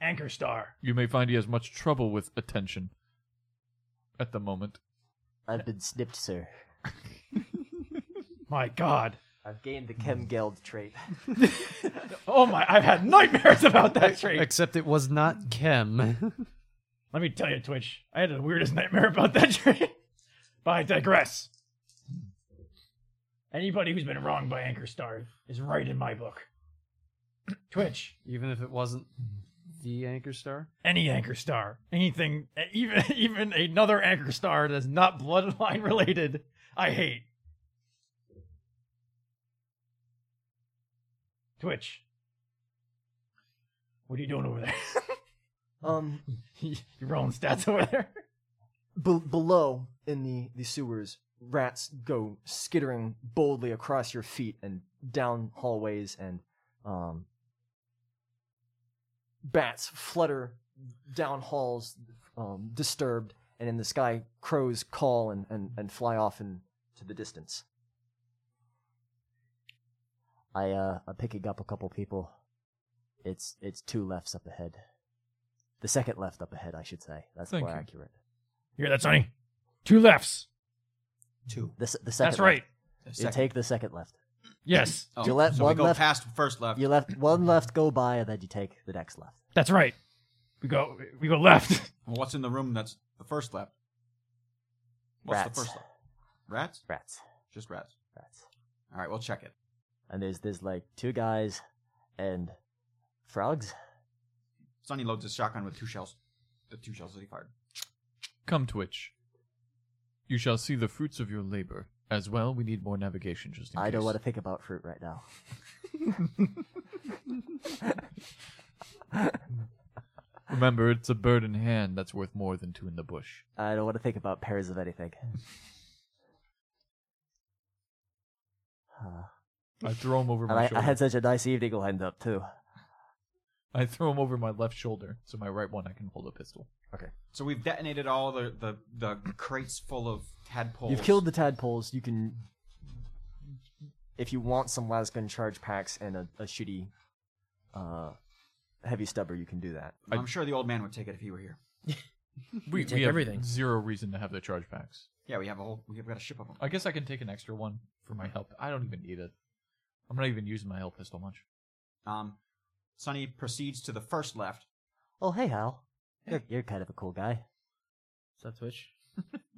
anchor star. You may find he has much trouble with attention at the moment. I've been snipped, sir. My God. I've gained the Chem Geld trait. Oh my! I've had nightmares about that trait. Except it was not Chem. Let me tell you, Twitch. I had the weirdest nightmare about that trait. but I digress. Anybody who's been wronged by anchor star is right in my book. Twitch. Even if it wasn't the anchor star. any anchor star, anything, even even another anchor star that's not bloodline related, I hate. Twitch, what are you doing over there? Um, you rolling stats over there? Be- below in the, the sewers, rats go skittering boldly across your feet and down hallways, and um, bats flutter down halls, um, disturbed, and in the sky, crows call and, and, and fly off into the distance. I uh I'm picking up a couple people. It's it's two lefts up ahead. The second left up ahead, I should say. That's Thank more you. accurate. You hear that, Sonny? Two lefts. Two. The, s- the second. That's right. Left. The You second. take the second left. Yes. Oh, You let so one we go left- past first left. You left one left go by, and then you take the next left. That's right. We go we go left. Well, what's in the room that's the first left? What's Rats. the first left? Rats? Rats, Just rats. rats. All right, we'll check it. And there's there's like two guys, and frogs. Sonny loads his shotgun with two shells. The two shells that he fired. Come, Twitch. You shall see the fruits of your labor. As well, we need more navigation just in I case. don't want to think about fruit right now. Remember, it's a bird in hand that's worth more than two in the bush. I don't want to think about pairs of anything. Uh, I throw him over and my I, I shoulder. had such a nice evening lined up too. I throw him over my left shoulder, so my right one I can hold a pistol. So we've detonated all the, the, the crates full of tadpoles. You've killed the tadpoles. You can, if you want some lasgun charge packs and a, a shitty, uh, heavy stubber, you can do that. I'm sure the old man would take it if he were here. We, take have everything. Zero reason to have the charge packs. Yeah, we have a whole. We've got a ship of them. I guess I can take an extra one for my help. I don't even need it. I'm not even using my help pistol much. Um, Sonny proceeds to the first left. Oh hey Hal, you're you're kind of a cool guy. What's up, Twitch?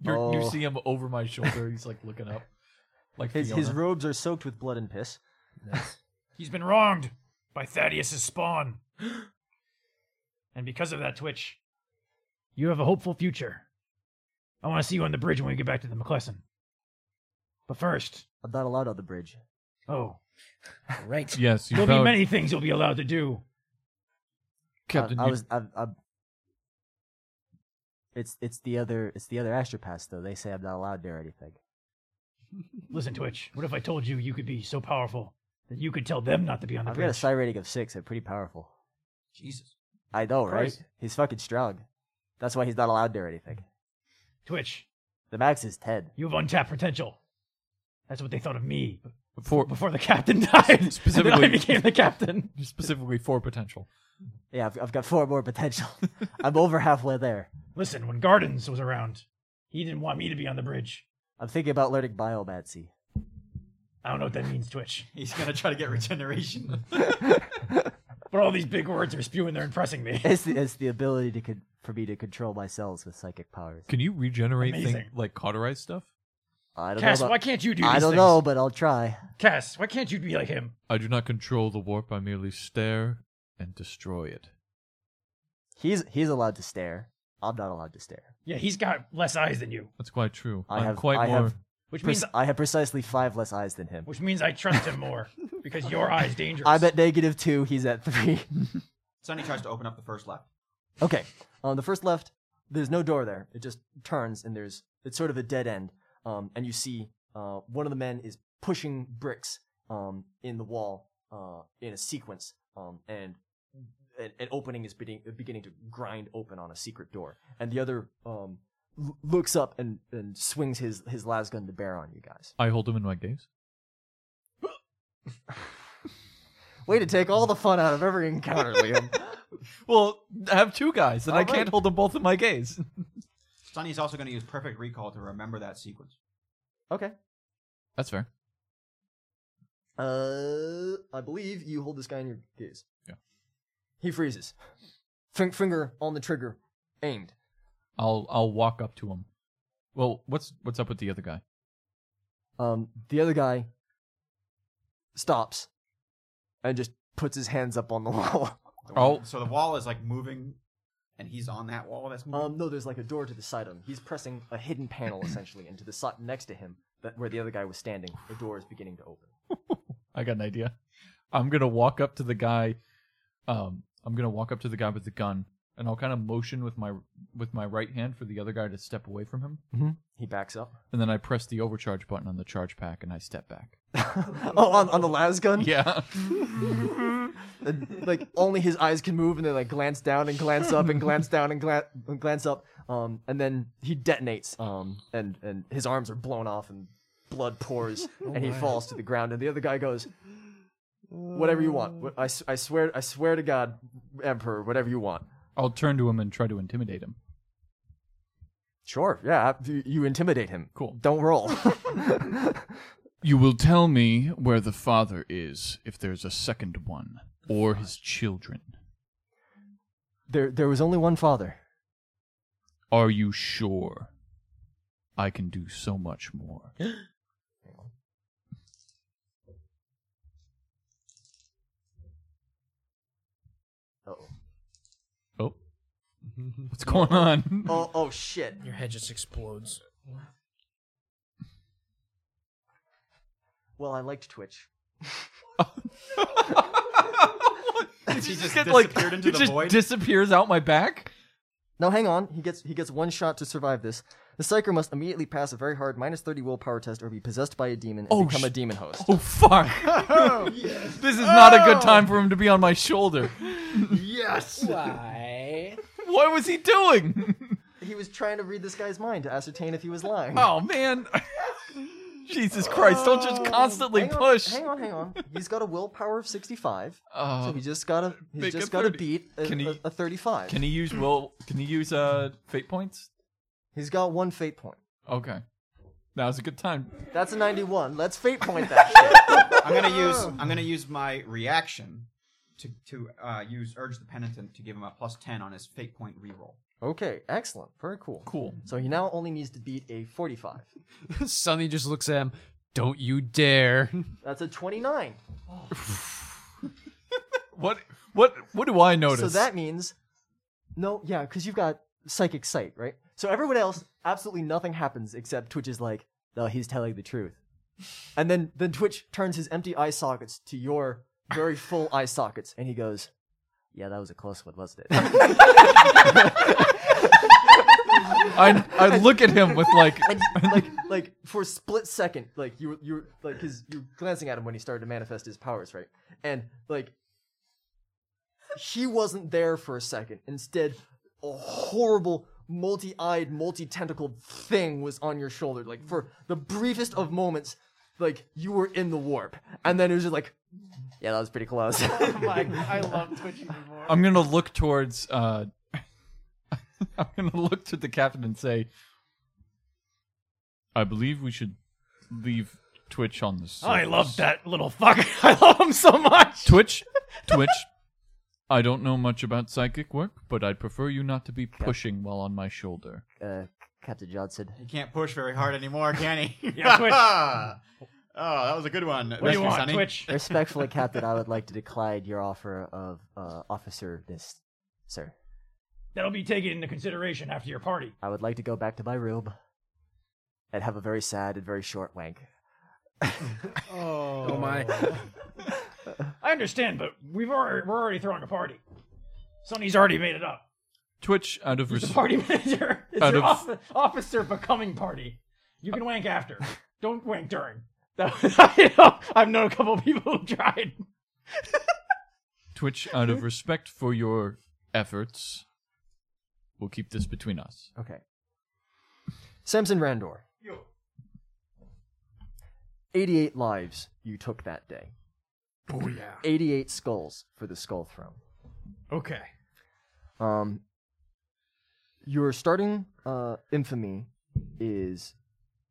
You're, You Oh. see him over my shoulder. He's like looking up, like His his Fiona. robes are soaked with blood and piss. He's been wronged by Thaddeus's spawn. and because of that, Twitch, you have a hopeful future. I want to see you on the bridge when we get back to the McClesson. But first, I'm not allowed on the bridge. oh, Right. Yes, you there'll found be many things you'll be allowed to do. Captain. I, I you- was. I, I, it's it's the other it's the other astropaths though. They say I'm not allowed near anything. Listen, Twitch, what if I told you you could be so powerful that you could tell them not to be on the I've got a bridge? psi rating of six. I'm pretty powerful. Jesus. I know, Christ. right? He's fucking strong. That's why he's not allowed near anything. Twitch, The max is ten. you have untapped potential. That's what they thought of me for before the captain died. and then Specifically- I became the captain. specifically for potential. Yeah, I've, I've got four more potential. I'm over halfway there. Listen, when Gardens was around, he didn't want me to be on the bridge. I'm thinking about learning biomancy. I don't know what that means, Twitch. He's gonna try to get regeneration. But all these big words are spewing there, impressing me. It's the, it's the ability to con- for me to control my cells with psychic powers. Can you regenerate thing, Amazing. like cauterize stuff? I don't Cass, know. about- why can't you do I these don't things? know, but I'll try. Cass, why can't you be like him? I do not control the warp. I merely stare and destroy it. He's he's allowed to stare. I'm not allowed to stare. Yeah, he's got less eyes than you, That's quite true. I am have- quite I more. have- which Pres- means I have precisely five less eyes than him. which means I trust him more because your eyes dangerous. I'm at negative two. He's at three. Sonny tries to open up the first left. Okay. On the first left, there's no door there. It just turns and there's it's sort of a dead end. Um, and you see uh, one of the men is pushing bricks um, in the wall uh, in a sequence, um, and an, an opening is beginning, beginning to grind open on a secret door. And the other um, l- looks up and, and swings his his lasgun to bear on you guys. I hold him in my gaze. Way to take all the fun out of every encounter, Liam. Well, I have two guys, and I can't hold them both in my gaze. Sonny's also gonna use perfect recall to remember that sequence. okay. That's fair. Uh, I believe you hold this guy in your gaze. Yeah. He freezes. Fin- finger on the trigger, aimed. I'll I'll walk up to him. Well, what's what's up with the other guy? Um, the other guy stops and just puts his hands up on the wall. The Oh. wall- So the wall is like moving, and he's on that wall that's moving. Um, no, there's like a door to the side of him. He's pressing a hidden panel essentially, and to the side next to him, that where the other guy was standing, the door is beginning to open. I got an idea. I'm gonna walk up to the guy. Um, I'm gonna walk up to the guy with the gun and I'll kind of motion with my with my right hand for the other guy to step away from him, Mm-hmm. He backs up. and then I press the overcharge button on the charge pack, and I step back. Oh, on, on the las gun. Yeah, And, like only his eyes can move, and they like glance down and glance up and glance down and, gla- and glance up. Um, and then he detonates. Um, and and his arms are blown off, and blood pours, and he falls to the ground. And the other guy goes, "Whatever you want. What- I, s- I swear I swear to God, Emperor, whatever you want." I'll turn to him and try to intimidate him. Sure. Yeah. You, you intimidate him. Cool. Don't roll. You will tell me where the father is if there's a second one or his children. there there was only one father. Are you sure? I can do so much more. Oh. Oh. What's going on? Oh. Oh shit. Your head just explodes. Well, I liked Twitch. He just disappeared into the void. disappears out my back? Now hang on, he gets he gets one shot to survive this. The psyker must immediately pass a very hard minus thirty willpower test or be possessed by a demon and Oh, become a sh- demon host. Oh fuck. Oh, This is not Oh, a good time for him to be on my shoulder. Why? What was he doing? He was trying to read this guy's mind to ascertain if he was lying. Oh man. Jesus Christ, don't just constantly Oh, hang on, push. Hang on, hang on. He's got a willpower of sixty-five, so Uh, he just got a he's make just a got to 30. beat a, Can he- a- a thirty-five. can he use will can he use uh fate points? He's got one fate point. Okay. Now's a good time. That's a ninety-one. Let's fate point that shit. I'm gonna use I'm gonna use my reaction to to uh, use urge the penitent to give him a plus ten on his fate point reroll. Okay, excellent, very cool. Cool. So he now only needs to beat a forty-five. Sonny just looks at him. Don't you dare. That's a twenty-nine. What what what do I notice? So that means, no, yeah, because you've got psychic sight, right? So everyone else, absolutely nothing happens except Twitch is like, no, he's telling the truth, and then then Twitch turns his empty eye sockets to your very full eye sockets, and he goes, Yeah, that was a close one, wasn't it? I I look at him with like and like like for a split second, like you you like because you're glancing at him when he started to manifest his powers, right? And like he wasn't there for a second. Instead, a horrible multi-eyed, multi-tentacled thing was on your shoulder. Like for the briefest of moments, like you were in the warp, and then it was just like, yeah, that was pretty close. Oh Oh I love Twitch anymore. I'm gonna look towards uh I'm gonna look to the captain and say I believe we should leave Twitch on the surface. I love that little fuck. I love him so much. Twitch Twitch I don't know much about psychic work, but I'd prefer you not to be pushing while on my shoulder. uh, Captain Johnson. He can't push very hard anymore, can he? Yeah, Twitch. oh, that was a good one. What do you want, Twitch? Respectfully, Captain, I would like to decline your offer of uh, officerness, sir. That'll be taken into consideration after your party. I would like to go back to my room and have a very sad and very short wank. Oh my. I understand, but we've already, we're already throwing a party. Sonny's already made it up. Twitch out of The res- party manager. It's Out your of- offi- officer becoming party. You can wank after. Don't wank during. That was- I know- I've known a couple of people who tried. Twitch out of respect for your efforts. We'll keep this between us. okay. Samson Randor. 88 lives you took that day. Oh yeah. 88 skulls for the skull throne. Okay. Um, your starting uh, infamy is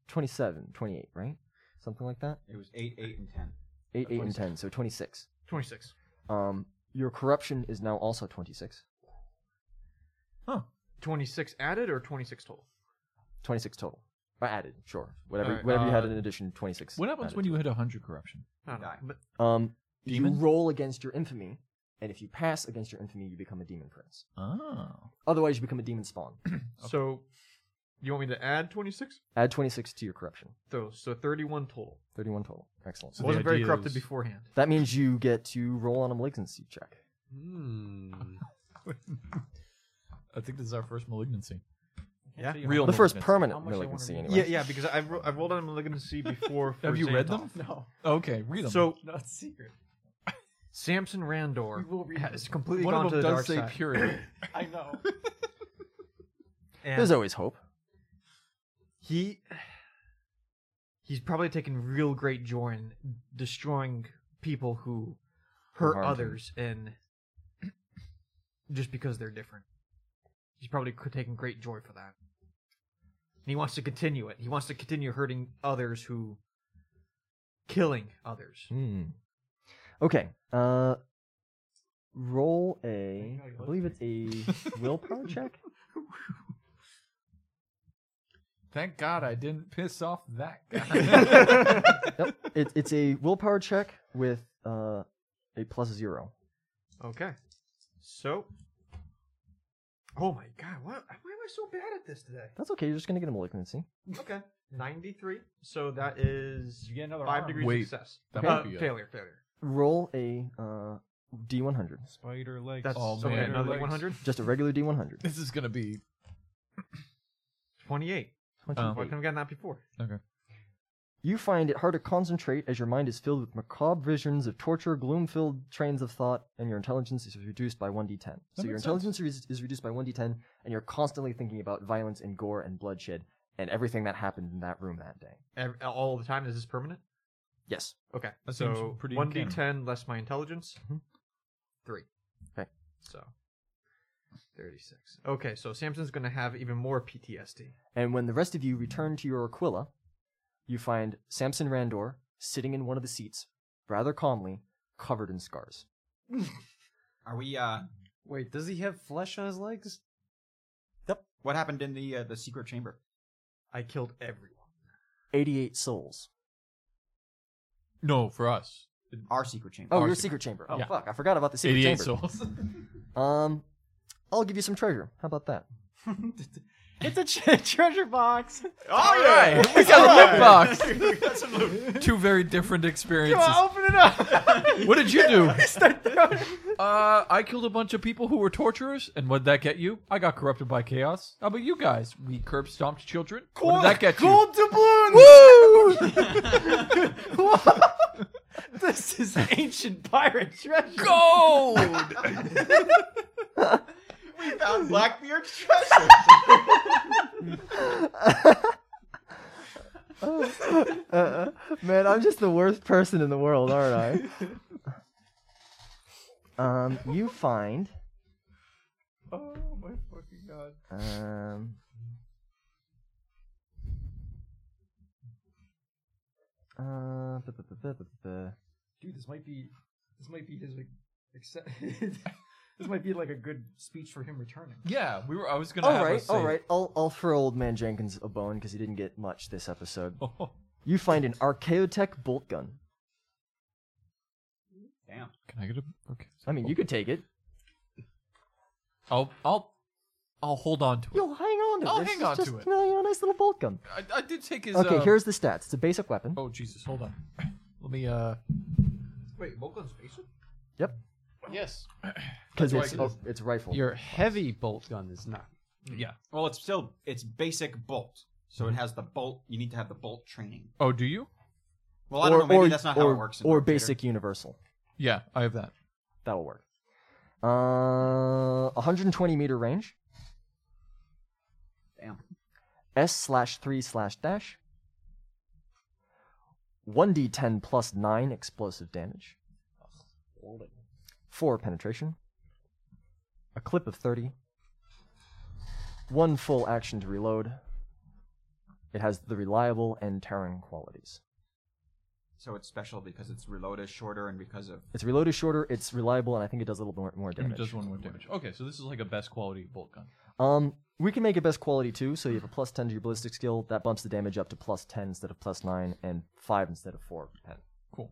27, 28, right? Something like that? It was eight, eight, and ten. 8, 8, and 10, so 26. Twenty six. Um, your corruption is now also 26. Twenty six added or twenty six total? 26 total. Or added, sure. Whatever, Alright, whatever you had uh, in addition, 26. What happens added when to you it. hit 100 corruption? I don't know. Die. But Um, Demon? You roll against your infamy, and if you pass against your infamy, you become a demon prince. Oh. Otherwise, you become a demon spawn. so, you want me to add twenty six? Add 26 to your corruption. So, so thirty one total. 31 total. Excellent. So the Wasn't very idea corrupted is- beforehand. That means you get to roll on a malignancy check. Hmm. Hmm. I think this is our first malignancy. Yeah. Real The first malignancy. permanent malignancy, anyway. Yeah, yeah, because I've, ro- I've rolled on malignancy before. For Have you read Xanatos. them? No. Okay, read them. So Not secret. Samson Randor has completely one gone of them to the does dark say side. purity. I know. and There's always hope. he he's probably taken real great joy in destroying people who hurt harmed him. others and just because they're different. He's probably c- taken great joy for that. And he wants to continue it. He wants to continue hurting others who killing others. Hmm. Okay. Uh, roll a. I believe it's a willpower check. Thank God I didn't piss off that guy. Nope. It, it's a willpower check with uh, a plus zero. Okay. So. Oh my god, what? Why am I so bad at this today? That's okay. You're just gonna get a malignancy. Okay. 93. So that is You get another five arm. degrees Wait. of success. That Uh, might be a- failure, failure. Roll a uh, D100. Spider legs. That's Oh, so we man. got another Legs. 100. Just a regular D100. this is gonna be 28. Why couldn't I gotten that before? You find it hard to concentrate as your mind is filled with macabre visions of torture, gloom filled trains of thought, and your intelligence is reduced by 1d10. So your intelligence is, is reduced by 1d10, and you're constantly thinking about violence and gore and bloodshed and everything that happened in that room that day. Ev- all the time? Is this permanent? Yes. Okay. That seems so pretty 1d10 less my intelligence. Mm-hmm. Three. Okay. So 36. Okay, so Samson's going to have even more PTSD. And when the rest of you return to your Aquila, you find Samson Randor sitting in one of the seats, rather calmly, covered in scars. Are we? uh Wait, does he have flesh on his legs? What happened in the uh, the secret chamber? I killed everyone. 88 souls. no for us. Our secret chamber. Oh, Our your secret- secret chamber. Oh, Yeah. fuck. I forgot about the secret Eighty-eight chamber. souls. Um, I'll give you some treasure. How about that? It's a tre- treasure box. Oh, All right. we got a loot box. Two very different experiences. Open it up. What did you do? uh, I killed a bunch of people who were torturers, and what'd that get you? I got corrupted by chaos. How about you guys? We curb stomped children. what did that get you? this is ancient pirate treasure. we found Blackbeard's treasure. Uh, man, I'm just the worst person in the world, aren't I? um, you find. Oh my fucking god. Um. Uh, bu- bu- bu- bu- bu- bu- Dude, this might be this might be his like accept- this might be like a good speech for him returning. Yeah, we were. uh, I was gonna. All have right, us all say- right. I'll I'll throw old man Jenkins a bone because he didn't get much this episode. Oh. You find an Archaeotech bolt gun. Damn. Can I get a? Okay. I mean, you could take it. I'll. I'll. I'll hold on to it. You'll hang on to it. I'll It's hang on to just, it. You know, a nice little bolt gun. I, I did take his. Okay, uh, here's the stats. It's a basic weapon. Oh Jesus! Hold on. Let me. Uh. Wait, Vulcan's basic? Yep. Yes. Because That's it's why I oh, it's rifle. Your heavy bolt gun is not. Yeah. Well, it's still it's basic bolt, so it Mm-hmm. has the bolt. You need to have the bolt training. Oh, do you? Well, I don't know. Maybe that's not how or- it works. in or Dark Vader. basic universal. Yeah, I have that. That'll work. Uh, 120 meter range. Damn. S slash three slash dash. 1d10 plus 9 explosive damage. 4 penetration. A clip of 30. 1 full action to reload. It has the reliable and tearing qualities. So it's special because its reload is shorter and because of Its reload is shorter, it's reliable, and I think it does a little more, more It damage. does one more damage. Okay, so this is like a best quality bolt gun. Um, we can make it best quality too, so you have a plus 10 to your ballistic skill. That bumps the damage up to plus 10 instead of plus 9, and 5 instead of 4. Cool.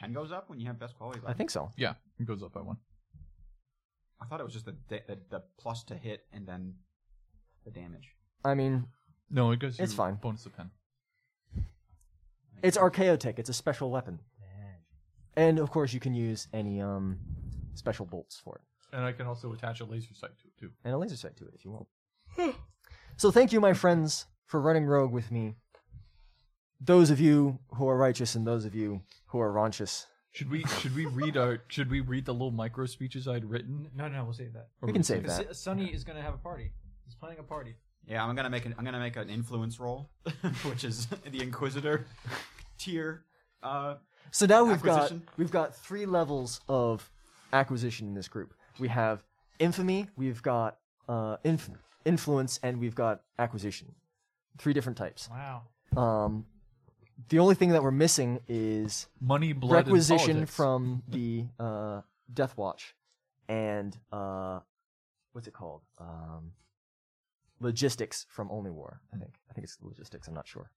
ten goes up when you have best quality. I weapon. think so. Yeah, it goes up by one. I thought it was just the da- the, the plus to hit and then the damage. I mean, No, it goes. It's your fine. Bonus of ten. it's Archaeotech, it's a special weapon. And of course, you can use any um, special bolts for it. and I can also attach a laser sight to it too. and a laser sight to it if you want. so thank you, my friends, for running rogue with me. Those of you who are righteous and those of you who are raunchous. Should we should we read our should we read the little micro speeches I'd written? No, no, we'll save that. We can save that. S- Sonny is gonna have a party. He's planning a party. Yeah, I'm gonna make an I'm gonna make an influence roll, which is the Inquisitor tier. Uh, So now we've got Acquisition. we've got three levels of acquisition in this group. We have infamy, we've got uh, inf- influence, and we've got acquisition. Three different types. Wow. Um, the only thing that we're missing is Money, blood, requisition and politics. from the uh, Death Watch, and uh, what's it called? Um, logistics from Only War. I think. I think it's logistics. I'm not sure.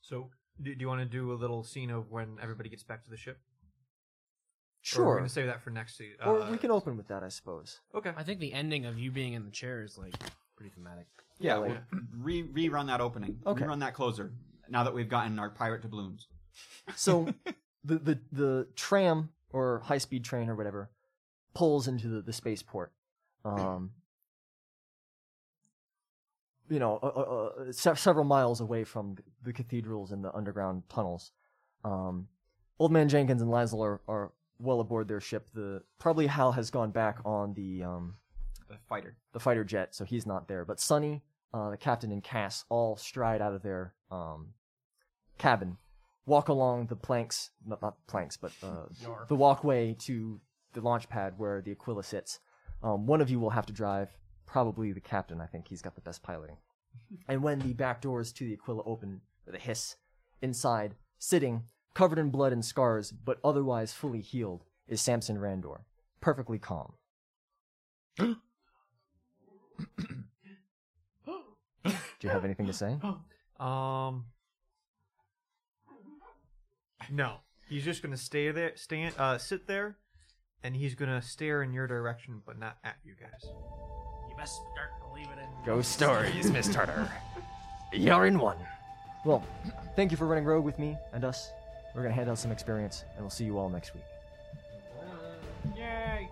So, do, do you want to do a little scene of when everybody gets back to the ship? Or we're Sure. gonna save that for next se- Or uh, we can open with that, I suppose. Okay. I think the ending of you being in the chair is like pretty thematic. yeah, we'll re- rerun that opening. Okay. Rerun that closer. Now that we've gotten our pirate doubloons. So the the the tram or high speed train or whatever pulls into the, the spaceport. Um, you know, uh, uh, uh, se- several miles away from the cathedrals and the underground tunnels. Um, Old Man Jenkins and Lazel are, are well aboard their ship. The probably Hal has gone back on the um, The fighter. the fighter jet, so he's not there. But Sonny, uh, the captain, and Cass all stride out of their um, cabin, walk along the planks, not, not planks, but uh, the walkway to the launch pad where the Aquila sits. Um, one of you will have to drive, probably the captain. I think he's got the best piloting. and when the back doors to the Aquila open with a hiss, inside, sitting, covered in blood and scars, but otherwise fully healed, is Samson Randor, perfectly calm. Do you have anything to say? Um. No, he's just gonna stay there, stand, uh, sit there, and he's gonna stare in your direction, but not at you guys. You best start believing in Ghost stories, Miss Turner. You're in one. Well, thank you for running rogue with me and us. We're gonna hand out some experience, and we'll see you all next week. Yay!